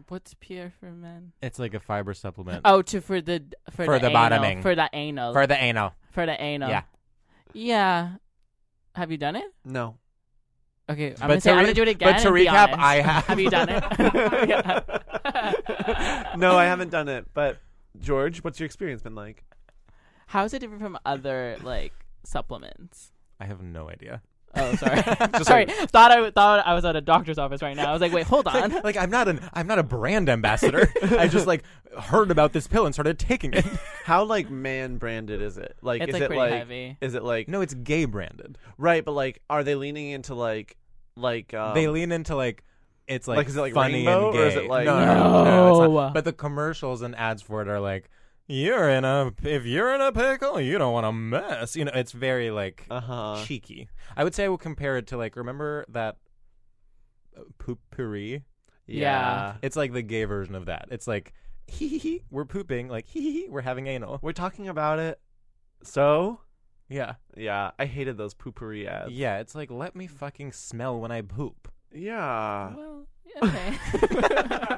Speaker 4: What's pure for men?
Speaker 2: It's like a fiber supplement
Speaker 4: Oh, to for the for,
Speaker 2: For
Speaker 4: the,
Speaker 2: the
Speaker 4: anal,
Speaker 2: bottoming.
Speaker 4: for the anal
Speaker 2: for the anal.
Speaker 4: for the anal.
Speaker 2: Yeah.
Speaker 4: yeah. Have you done it?
Speaker 1: No.
Speaker 4: Okay,
Speaker 2: But
Speaker 4: I'm gonna, say,
Speaker 2: to
Speaker 4: I'm
Speaker 2: re-
Speaker 4: gonna do it again.
Speaker 2: but to
Speaker 4: and be
Speaker 2: recap,
Speaker 4: honest.
Speaker 2: I have.
Speaker 4: Have you done it?
Speaker 1: [laughs] no, I haven't done it. But George, what's your experience been like?
Speaker 4: How is it different from other like supplements?
Speaker 2: [laughs] I have no idea.
Speaker 4: Oh, sorry.
Speaker 1: Just
Speaker 4: sorry.
Speaker 1: like-
Speaker 4: Thought I thought I was at a doctor's office right now. I was like, wait, hold on.
Speaker 2: Like, I'm not an I'm not a brand
Speaker 4: [laughs]
Speaker 2: ambassador. I just like heard about this pill and started taking it. [laughs]
Speaker 1: How like man branded is it? Like,
Speaker 4: It's,
Speaker 1: is
Speaker 4: like,
Speaker 1: it
Speaker 4: pretty
Speaker 1: like?
Speaker 4: heavy.
Speaker 1: Is it like?
Speaker 2: No, it's gay branded.
Speaker 1: Right, but like, are they leaning into like, like? Um,
Speaker 2: they lean into like it's like,
Speaker 1: Like, is it, like,
Speaker 2: funny
Speaker 1: rainbow,
Speaker 2: and gay.
Speaker 1: or is it, like-
Speaker 2: no, no, no, no, it's not.
Speaker 4: No.
Speaker 2: But the commercials and ads for it are like you're in a if you're in a pickle, you don't want to mess. You know, it's very like
Speaker 1: Uh huh.
Speaker 2: cheeky. I would say I would compare it to like remember that uh, poopery.
Speaker 4: Yeah.
Speaker 2: It's like the gay version of that. It's like hee hee hee, we're pooping. Like hee hee hee, we're having anal.
Speaker 1: We're talking about it. So
Speaker 2: Yeah,
Speaker 1: yeah, I hated those poopery ads.
Speaker 2: yeah. It's like let me fucking smell when I poop.
Speaker 1: Yeah.
Speaker 4: Well, okay.
Speaker 1: [laughs]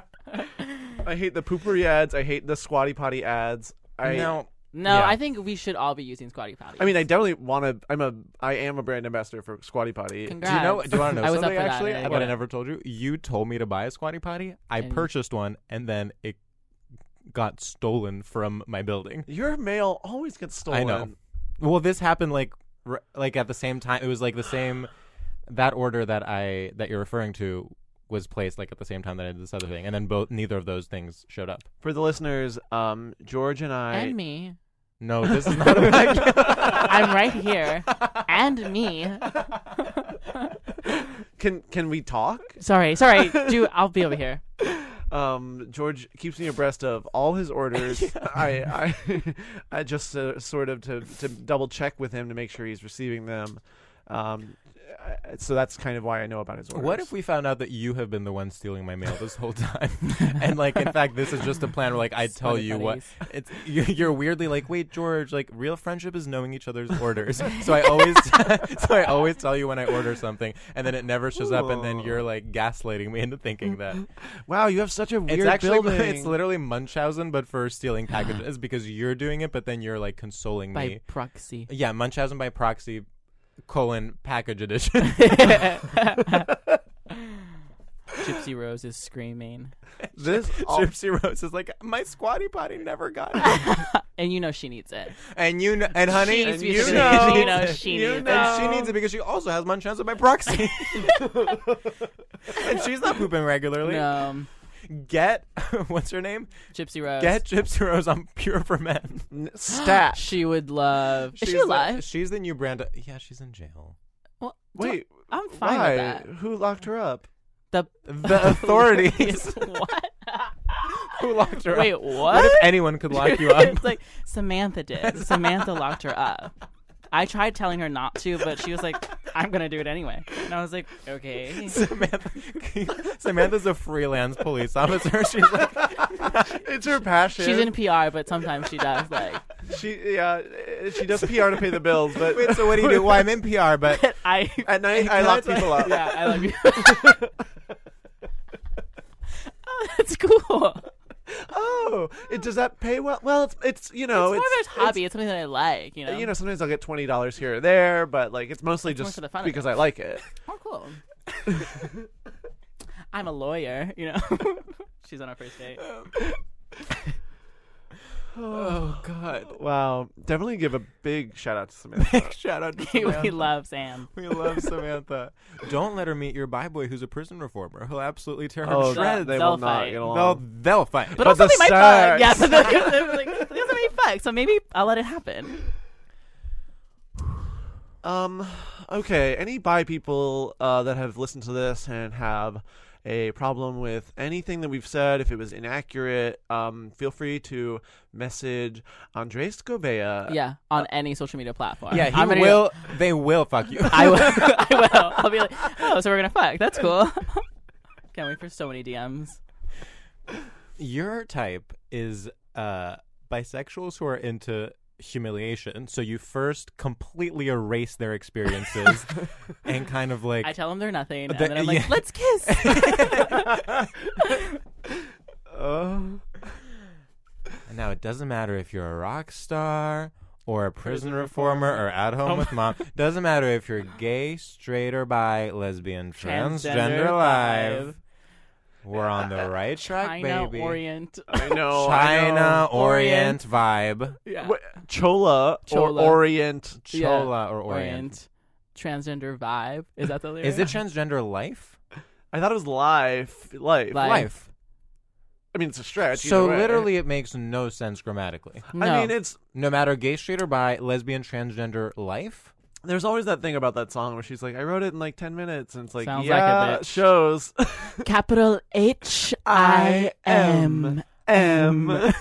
Speaker 1: I hate the poopery ads. I hate the squatty potty ads. I
Speaker 2: no,
Speaker 4: no,
Speaker 2: Yeah.
Speaker 4: I think we should all be using squatty potty.
Speaker 1: I mean, I definitely want to. I'm a. I am a brand ambassador for squatty potty.
Speaker 2: Do you know? Do you want to know
Speaker 4: I was up
Speaker 2: something
Speaker 4: for that,
Speaker 2: actually
Speaker 4: and I
Speaker 2: that,
Speaker 4: didn't.
Speaker 2: I never told you? You told me to buy a squatty potty. I
Speaker 4: And-
Speaker 2: purchased one, and then it got stolen from my building.
Speaker 1: Your mail always gets stolen.
Speaker 2: I know. Well, this happened like r- like at the same time. It was like the same that order that I that you're referring to was placed like at the same time that I did this other thing, and then both neither of those things showed up.
Speaker 1: For the listeners, um, George and I
Speaker 4: and me.
Speaker 2: No, this is [laughs] not a podcast.
Speaker 4: I'm right here, and me.
Speaker 1: [laughs] Can can we talk?
Speaker 4: Sorry, sorry. Do I'll be over here.
Speaker 1: Um, George keeps me abreast of all his
Speaker 4: [laughs]
Speaker 1: orders. I I, [laughs] I just uh, sort of to to double check with him to make sure he's receiving them. Um, uh, so that's kind of why I know about his orders.
Speaker 2: What if we found out that you have been the one stealing my mail this whole time, and like in fact this is just a plan where like I tell
Speaker 4: Funny
Speaker 2: you what [laughs]
Speaker 4: buddies.
Speaker 2: it's you're, you're weirdly like wait George like real friendship is knowing each other's orders. So I always [laughs] so I always tell you when I order something, and then it never shows up, and then you're like gaslighting me into thinking that
Speaker 1: Wow, you have such a weird
Speaker 2: it's actually [laughs]
Speaker 1: building.
Speaker 2: it's literally Munchausen but for stealing packages because you're doing it, but then you're like consoling
Speaker 4: By
Speaker 2: me.
Speaker 4: proxy.
Speaker 2: Yeah, Munchausen by proxy colon package edition.
Speaker 4: Gypsy Rose is screaming,
Speaker 1: this
Speaker 2: [laughs]
Speaker 1: all,
Speaker 2: Gypsy Rose is like my squatty potty never got
Speaker 4: and you know she needs it.
Speaker 2: and you know, and honey,
Speaker 4: She needs
Speaker 2: and
Speaker 4: to be
Speaker 2: you
Speaker 4: treated-
Speaker 2: know,
Speaker 4: [laughs] you know, she
Speaker 2: you
Speaker 4: needs
Speaker 2: know.
Speaker 4: it.
Speaker 2: she needs it because she also has Munchausen by proxy, [laughs] and she's not pooping regularly.
Speaker 4: Um,
Speaker 2: Get [laughs] what's her name?
Speaker 4: Gypsy Rose.
Speaker 2: Get Gypsy Rose on Pure for Men.
Speaker 1: n- stat.
Speaker 4: She would love. Is she
Speaker 2: She's the-
Speaker 4: alive?
Speaker 2: she's the new brand. Yeah, she's in jail.
Speaker 4: Well,
Speaker 1: Wait,
Speaker 4: I'm fine
Speaker 1: why?
Speaker 4: with that.
Speaker 1: Who locked her up?
Speaker 4: The [laughs]
Speaker 2: The authorities
Speaker 4: Yes, what?
Speaker 2: who locked her
Speaker 4: Wait,
Speaker 2: up.
Speaker 4: what?
Speaker 2: What if anyone could
Speaker 4: [laughs]
Speaker 2: lock you up?
Speaker 4: it's like Samantha did. Samantha locked her up. I tried telling her not to, but she was like, "I'm gonna do it anyway," and I was like, "Okay."
Speaker 2: [laughs] Samantha, [laughs] Samantha's a freelance police officer. [laughs] She's like,
Speaker 1: It's her passion.
Speaker 4: She's in PR, but sometimes
Speaker 1: [laughs]
Speaker 4: she does like
Speaker 1: She yeah, uh, she does PR to pay the bills, but
Speaker 2: wait, so what do you do? Well, I'm in PR,
Speaker 4: [laughs]
Speaker 2: but
Speaker 4: I.
Speaker 1: at
Speaker 4: [laughs]
Speaker 1: night I lock people up.
Speaker 4: Yeah, I love you. oh, [laughs] that's cool.
Speaker 1: [laughs] Oh, it does that pay well? Well, it's it's you
Speaker 2: oh,
Speaker 1: know
Speaker 4: it's,
Speaker 1: it's,
Speaker 4: more of a hobby. It's, something that I
Speaker 2: uh,
Speaker 4: like. You know.
Speaker 1: it's- you know sometimes I'll get twenty dollars here or there, but like it's mostly
Speaker 4: more
Speaker 1: just
Speaker 4: for the fun of
Speaker 1: because
Speaker 4: it.
Speaker 1: I like
Speaker 4: [laughs]
Speaker 1: it.
Speaker 4: Oh, cool. I'm a lawyer. You know. [laughs] She's on our first date.
Speaker 2: oh [laughs] god.
Speaker 1: Wow, definitely give a big shout out to Samantha.
Speaker 2: Shout out to
Speaker 4: we
Speaker 2: Samantha.
Speaker 4: love Sam.
Speaker 2: We love Samantha. Don't let her meet your by boy who's a prison reformer. He'll absolutely tear her [laughs]
Speaker 1: oh,
Speaker 2: to shreds.
Speaker 1: they
Speaker 4: They'll
Speaker 1: will not
Speaker 4: fight.
Speaker 1: get
Speaker 2: They'll,
Speaker 1: along.
Speaker 2: they'll fight.
Speaker 4: But,
Speaker 1: But
Speaker 4: also
Speaker 1: the
Speaker 4: they might
Speaker 1: sex.
Speaker 4: fuck. Yeah, so they're, they're like, they also may fuck. So maybe I'll let it happen.
Speaker 1: Um, okay. Any bi people uh, that have listened to this and have a problem with anything that we've said, if it was inaccurate, um, feel free to message Andres Gobea.
Speaker 4: Yeah, on any social media platform.
Speaker 2: Uh, yeah, he
Speaker 4: I'm gonna
Speaker 2: will. They will fuck you.
Speaker 4: [laughs] I will. I will. I'll be like, oh, so we're gonna fuck. That's cool. [laughs] Can't wait for so many DMs.
Speaker 2: [laughs] Your type is uh, bisexuals who are into humiliation. So you first completely erase their
Speaker 4: [laughs]
Speaker 2: experiences and kind of like
Speaker 4: I tell them they're nothing, and
Speaker 2: The-
Speaker 4: then I'm
Speaker 2: [laughs]
Speaker 4: like,
Speaker 2: yeah.
Speaker 4: let's kiss. [laughs]
Speaker 1: Oh.
Speaker 2: And now it doesn't matter if you're a rock star or a prison reformer or at home with mom. Doesn't matter if you're gay, straight or bi, lesbian, transgender,
Speaker 4: Transgender
Speaker 2: live.
Speaker 4: live.
Speaker 2: We're on the right track,
Speaker 4: China
Speaker 2: baby.
Speaker 4: Orient.
Speaker 1: I know. Oh, I know.
Speaker 2: China
Speaker 4: Orient.
Speaker 2: Orient vibe.
Speaker 4: Yeah.
Speaker 1: Wha- Chola,
Speaker 4: Chola.
Speaker 1: or Orient.
Speaker 4: Yeah.
Speaker 2: Chola or Orient.
Speaker 4: Orient. Transgender vibe. Is that
Speaker 2: [laughs]
Speaker 4: the lyric?
Speaker 2: Is it transgender life?
Speaker 1: I thought it was life. Life.
Speaker 4: Life.
Speaker 1: I mean, it's a stretch. either
Speaker 2: So
Speaker 1: way.
Speaker 2: literally, it makes no sense grammatically.
Speaker 4: No.
Speaker 1: I mean, it's
Speaker 2: No matter gay, straight or bi, lesbian, transgender life.
Speaker 1: there's always that thing about that song where she's like, I wrote it in like ten minutes, and it's like,
Speaker 4: Sounds like a
Speaker 1: yeah,
Speaker 4: bitch.
Speaker 1: shows [laughs]
Speaker 4: Capital H I M
Speaker 1: M. [laughs]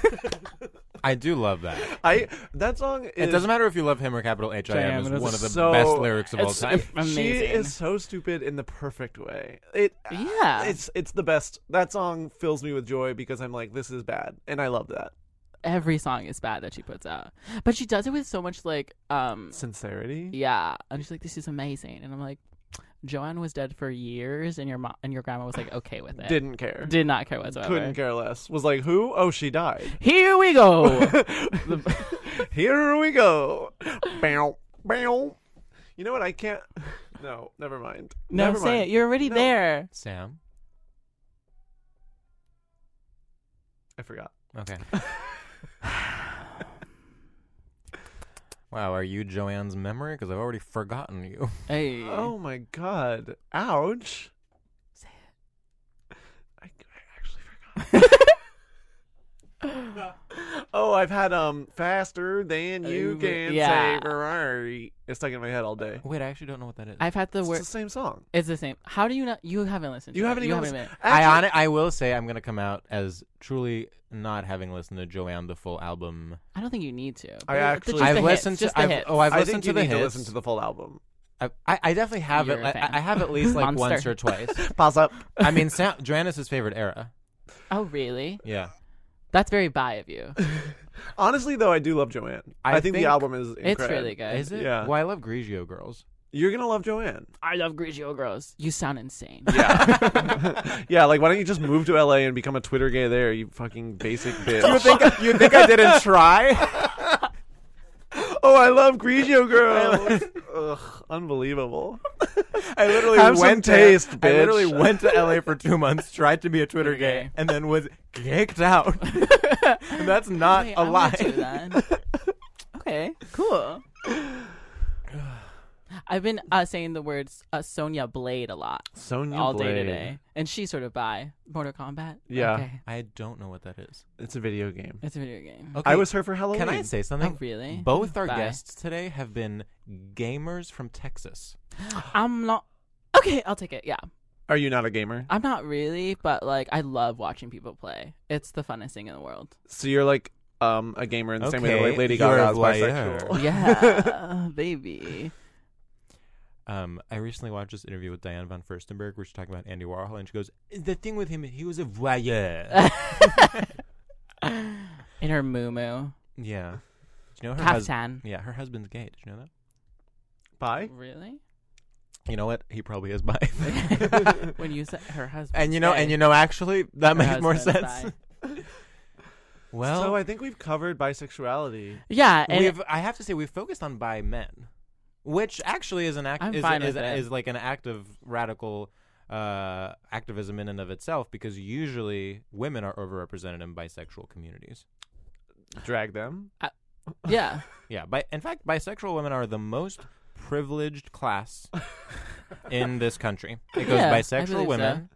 Speaker 2: I do love that.
Speaker 1: I that song. Is,
Speaker 2: It doesn't matter if you love him or capital H I M
Speaker 4: Damn,
Speaker 2: is
Speaker 4: it is
Speaker 2: one of the
Speaker 1: so-
Speaker 2: best lyrics of all
Speaker 1: it's-
Speaker 2: time.
Speaker 1: [laughs] She
Speaker 4: Amazing.
Speaker 1: is so stupid in the perfect way. It
Speaker 4: Yeah.
Speaker 1: It's it's the best. That song fills me with joy because I'm like, this is bad, and I love that
Speaker 4: Every song is bad that she puts out, but she does it with so much like, um,
Speaker 1: sincerity.
Speaker 4: yeah, and she's like, "This is amazing," and I'm like, "Joanne was dead for years, and your mom and your grandma was like
Speaker 1: [sighs]
Speaker 4: okay with it.
Speaker 1: Didn't care.
Speaker 4: Did not care whatsoever.
Speaker 1: Couldn't care less. Was like, who? Oh, she died.
Speaker 4: Here we go.
Speaker 1: [laughs] Here we go. bow, bow. You know what? I can't. No, never mind.
Speaker 4: no,
Speaker 1: [laughs] never
Speaker 4: say
Speaker 1: mind.
Speaker 4: it. You're already
Speaker 1: No.
Speaker 4: there.
Speaker 2: Sam.
Speaker 1: I forgot.
Speaker 2: [laughs] Okay. [sighs] wow, are you Joanne's memory? Because I've already [laughs]
Speaker 4: Oh.
Speaker 2: forgotten you.
Speaker 4: Hey,
Speaker 1: Oh my god. Ouch. [laughs] oh, I've had um faster than you
Speaker 4: Uber-
Speaker 1: can
Speaker 4: yeah.
Speaker 1: say Ferrari. It's stuck in my head all day.
Speaker 2: Wait, I actually don't know what that is.
Speaker 4: I've had the
Speaker 1: It's
Speaker 4: word.
Speaker 1: the same song.
Speaker 4: It's the same. How do you not? You haven't listened.
Speaker 1: You
Speaker 4: to it.
Speaker 1: haven't
Speaker 4: You
Speaker 1: even.
Speaker 4: haven't.
Speaker 1: listened-
Speaker 2: I
Speaker 1: Actually-
Speaker 2: on I will say I'm gonna come out as truly not having listened to Joanne the full album.
Speaker 4: I don't think you need to.
Speaker 1: I
Speaker 4: But it's
Speaker 1: actually-
Speaker 4: just
Speaker 1: I've
Speaker 4: the hits,
Speaker 2: listened to-
Speaker 4: just the
Speaker 2: I've-
Speaker 4: hits.
Speaker 2: oh, I've-
Speaker 1: I think
Speaker 2: listened to
Speaker 1: you
Speaker 2: the
Speaker 1: need to
Speaker 2: hits.
Speaker 1: listen to the full album.
Speaker 2: I I, I definitely have
Speaker 4: You're
Speaker 2: it.
Speaker 4: a
Speaker 2: Like, I,
Speaker 4: fan.
Speaker 2: I have at least like once
Speaker 4: Monster.
Speaker 2: or twice.
Speaker 4: [laughs]
Speaker 1: Pause up.
Speaker 2: I mean, Sa- Joanne is his favorite era.
Speaker 4: oh, really?
Speaker 2: Yeah,
Speaker 4: That's very bi of you.
Speaker 1: Honestly, though, I do love Joanne. I,
Speaker 2: I
Speaker 1: think, the
Speaker 2: think
Speaker 1: album is. Incredible.
Speaker 4: It's really good.
Speaker 2: is it?
Speaker 1: Yeah.
Speaker 2: Well, I love Grigio girls.
Speaker 1: You're gonna love Joanne.
Speaker 4: [laughs] I love Grigio Gross. You sound insane.
Speaker 1: Yeah. [laughs] yeah, like why don't you just move to LA and become a Twitter gay there, you fucking basic bitch.
Speaker 2: you think I didn't try?
Speaker 1: [laughs]
Speaker 2: [laughs]
Speaker 1: oh, I love Grigio girls. Ugh, unbelievable.
Speaker 2: I literally
Speaker 1: Have some
Speaker 2: went
Speaker 1: taste,
Speaker 2: to,
Speaker 1: bitch.
Speaker 2: I literally went to LA for two months, tried to be a Twitter gay, and then was kicked
Speaker 4: [laughs]
Speaker 2: out. and that's not
Speaker 4: Wait,
Speaker 2: a
Speaker 4: I'm
Speaker 2: lie.
Speaker 4: gonna do that. okay,
Speaker 1: [sighs]
Speaker 4: cool. I've been uh, saying the words uh, Sonia Blade a lot
Speaker 1: Sonya
Speaker 4: all
Speaker 1: Blade.
Speaker 4: day today, and she's sort of by Mortal Kombat.
Speaker 1: Yeah.
Speaker 4: okay.
Speaker 2: [laughs] I don't know what that is.
Speaker 1: It's a video game.
Speaker 4: it's a video game.
Speaker 2: Okay,
Speaker 1: I was her for Halloween.
Speaker 2: Can I say something?
Speaker 4: Oh, really?
Speaker 2: Both our
Speaker 4: Bye.
Speaker 2: guests today have been gamers from Texas.
Speaker 4: I'm not. [laughs] Okay, I'll take it. Yeah,
Speaker 1: Are you not a gamer?
Speaker 4: I'm not really, but like I love watching people play. It's the funnest thing in the world.
Speaker 1: So you're like um a gamer in the same way that
Speaker 2: Okay,
Speaker 1: Lady
Speaker 2: you're
Speaker 1: Gaga
Speaker 2: a
Speaker 1: is
Speaker 2: voyeur.
Speaker 1: bisexual. [laughs]
Speaker 4: Yeah, baby.
Speaker 2: Um, I recently watched this interview with Diane von Furstenberg where she's talking about Andy Warhol, and she goes, "The thing with him, he was a voyeur."
Speaker 4: [laughs] in her moo moo
Speaker 2: yeah. Do you know her hus-
Speaker 4: kaftan.
Speaker 2: Yeah, her husband's gay. Did you know
Speaker 1: Bi?
Speaker 4: Really?
Speaker 2: that? You know what? He probably is bi.
Speaker 4: [laughs]
Speaker 2: [laughs]
Speaker 4: when you said her husband,
Speaker 2: and you know, and you know, actually, that makes more sense. [laughs] Well,
Speaker 1: so I think we've covered bisexuality.
Speaker 4: Yeah, Uh, and
Speaker 2: we've I have to say we've focused on bi men, which actually is an act
Speaker 4: I'm
Speaker 2: is,
Speaker 4: fine
Speaker 2: is,
Speaker 4: with it.
Speaker 2: is like an act of radical uh, activism in and of itself because usually women are overrepresented in bisexual communities.
Speaker 1: Drag them.
Speaker 4: yeah,
Speaker 2: Yeah, bi- in fact, bisexual women are the most privileged
Speaker 4: [laughs]
Speaker 2: class in this country. It goes
Speaker 4: Yeah, I
Speaker 2: bisexual
Speaker 4: believe
Speaker 2: women,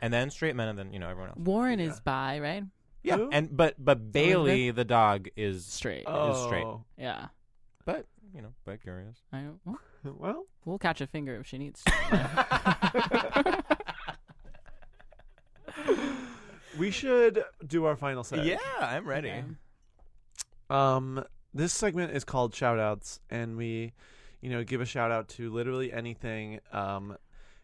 Speaker 2: and then straight men, and then you know everyone else.
Speaker 4: Warren
Speaker 1: Yeah.
Speaker 4: is bi, right?
Speaker 2: Yeah,
Speaker 1: Who?
Speaker 2: and but but Bailey the dog is
Speaker 4: Straight.
Speaker 2: Is straight.
Speaker 1: Oh.
Speaker 4: Yeah,
Speaker 2: but you know but curious.
Speaker 4: I don't. Well,
Speaker 1: [laughs] Well,
Speaker 4: we'll catch a finger if she needs. to.
Speaker 1: we should do our final set.
Speaker 2: Yeah, I'm ready.
Speaker 4: Okay.
Speaker 1: Um, this segment is called shoutouts, and we, you know, give a shout out to literally anything. Um,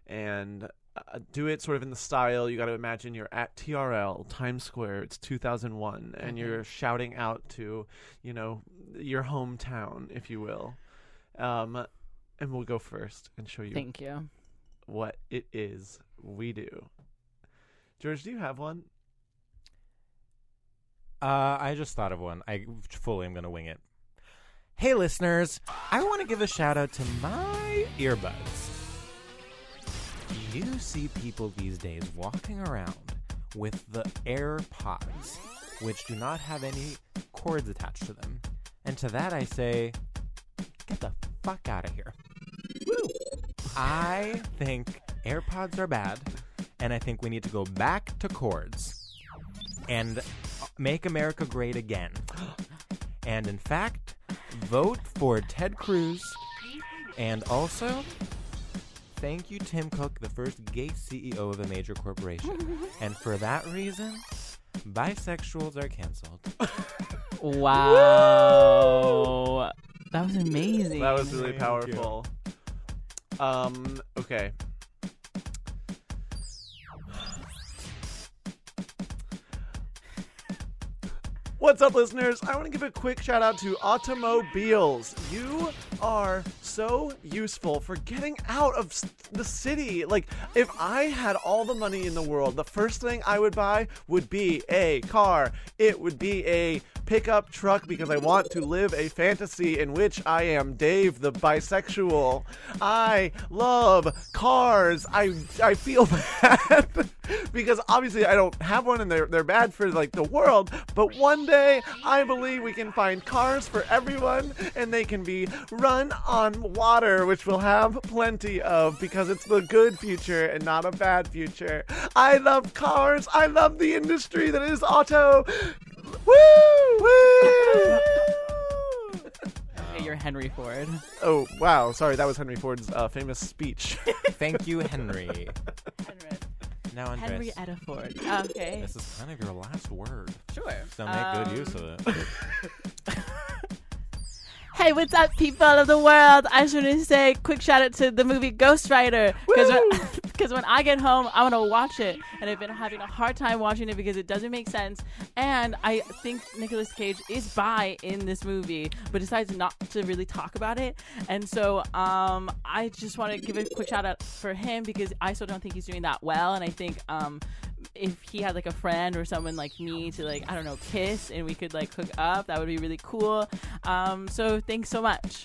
Speaker 1: and uh, do it sort of in the style you got to imagine you're at TRL Times Square. It's 2001,
Speaker 2: Mm-hmm.
Speaker 1: and you're shouting out to, you know, your hometown, if you will. Um, and we'll go first and show you
Speaker 4: Thank you.
Speaker 1: what it is we do. George, do you have one?
Speaker 2: Uh, I just thought of one. I fully am going to wing it. Hey, listeners, I want to give a shout out to my earbuds. You see people these days walking around with the AirPods, which do not have any cords attached to them. And to that, I say, get the fuck out of here. I think AirPods are bad, and I think we need to go back to cords and make America great again. And in fact, vote for Ted Cruz. And also, thank you, Tim Cook, the first gay CEO of a major corporation. and for that reason, bisexuals are canceled.
Speaker 4: Wow, that was amazing.
Speaker 1: That was really
Speaker 2: Thank you.
Speaker 1: powerful. Um, okay. What's up, listeners? I want to give a quick shout out to Automobiles. You are so useful for getting out of s- the city. Like, if I had all the money in the world, the first thing I would buy would be a car. It would be a pickup truck because I want to live a fantasy in which I am Dave the bisexual. I love cars. I, I feel [laughs] bad because obviously I don't have one and they're, they're bad for like the world, but one day I believe we can find cars for everyone and they can be run on water, which we'll have plenty of because it's the good future and not a bad future. I love cars. I love the industry that is auto.
Speaker 4: [laughs] Okay, you're Henry Ford.
Speaker 1: Oh wow, sorry, that was Henry Ford's uh, famous speech. [laughs]
Speaker 2: Thank you, Henry. Now, Andres,
Speaker 4: Henry Ediford. Okay.
Speaker 2: this is kind of your last word,
Speaker 4: Sure.
Speaker 2: so make good use of it.
Speaker 4: Hey, what's up, people of the world? I just want to say quick shout out to the movie Ghost Rider [laughs] because when I get home, I want to watch it, and I've been having a hard time watching it because it doesn't make sense. And I think Nicolas Cage is bi in this movie, but decides not to really talk about it. And so um, I just want to give a quick shout out for him because I still don't think he's doing that well, and I think. Um, if he had like a friend or someone like me to like I don't know kiss and we could like hook up, that would be really cool. Um, so thanks so much.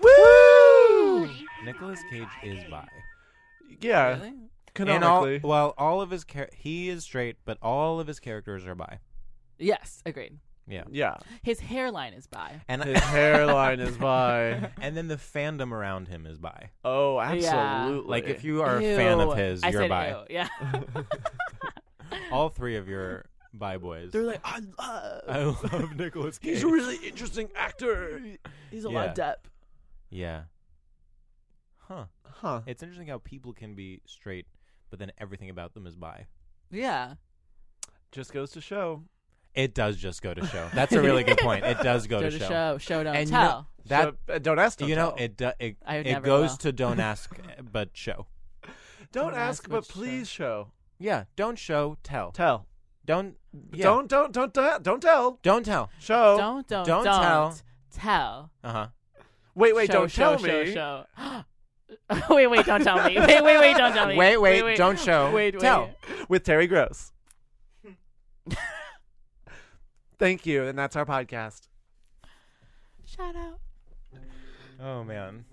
Speaker 1: Woo!
Speaker 2: Nicholas Cage is bi. Uh,
Speaker 1: Yeah,
Speaker 2: And all,
Speaker 1: canonically.
Speaker 2: well, all of his char- he is straight, but all of his characters are bi.
Speaker 4: Yes, agreed.
Speaker 2: Yeah,
Speaker 1: yeah,
Speaker 4: His hairline is bi.
Speaker 2: and
Speaker 1: his hairline is by.
Speaker 2: [laughs] and then the fandom around him is bi.
Speaker 1: Oh,
Speaker 4: Yeah.
Speaker 1: absolutely.
Speaker 2: Like if you are a fan
Speaker 4: Ew.
Speaker 2: of his,
Speaker 4: I
Speaker 2: you're
Speaker 4: said
Speaker 2: bi.
Speaker 4: ew, Yeah.
Speaker 2: [laughs] All three of your bi boys.
Speaker 1: they're like, I love.
Speaker 2: [laughs]
Speaker 1: [laughs]
Speaker 2: I love Nicholas Cage.
Speaker 1: He's a really interesting actor.
Speaker 4: He's a
Speaker 2: Yeah.
Speaker 4: lot up.
Speaker 2: yeah. Huh.
Speaker 1: Huh?
Speaker 2: It's interesting how people can be straight, but then everything about them is bi.
Speaker 4: Yeah.
Speaker 1: Just goes to show.
Speaker 2: It does just go to show. That's a really good point. It does go,
Speaker 4: Go
Speaker 2: to,
Speaker 4: to show, show don't
Speaker 2: And you know-
Speaker 4: tell.
Speaker 2: That
Speaker 1: Show- uh, don't ask. Don't
Speaker 2: you know
Speaker 1: tell.
Speaker 2: it do, it,
Speaker 4: I would
Speaker 2: it
Speaker 4: never
Speaker 2: goes
Speaker 4: will.
Speaker 2: to don't
Speaker 4: [laughs]
Speaker 2: ask eh, but show.
Speaker 1: Don't,
Speaker 4: Don't
Speaker 1: ask,
Speaker 4: ask,
Speaker 1: but
Speaker 4: but show.
Speaker 1: please show.
Speaker 2: Yeah, don't show, tell.
Speaker 1: Tell.
Speaker 2: Don't yeah.
Speaker 1: Don't don't don't tell. Don't tell.
Speaker 2: don't tell.
Speaker 1: Show.
Speaker 4: don't don't
Speaker 2: don't
Speaker 4: don't
Speaker 2: tell.
Speaker 4: tell.
Speaker 2: Uh huh.
Speaker 1: Wait wait.
Speaker 4: Show,
Speaker 1: don't
Speaker 4: show,
Speaker 1: tell
Speaker 4: show,
Speaker 1: me.
Speaker 4: Show. [laughs] wait wait don't tell me. Wait wait wait don't tell me.
Speaker 2: Wait, wait, don't show,
Speaker 4: Wait wait.
Speaker 2: tell.
Speaker 1: With Terry Gross. Thank you, and that's our podcast.
Speaker 4: Shout out.
Speaker 2: Oh man.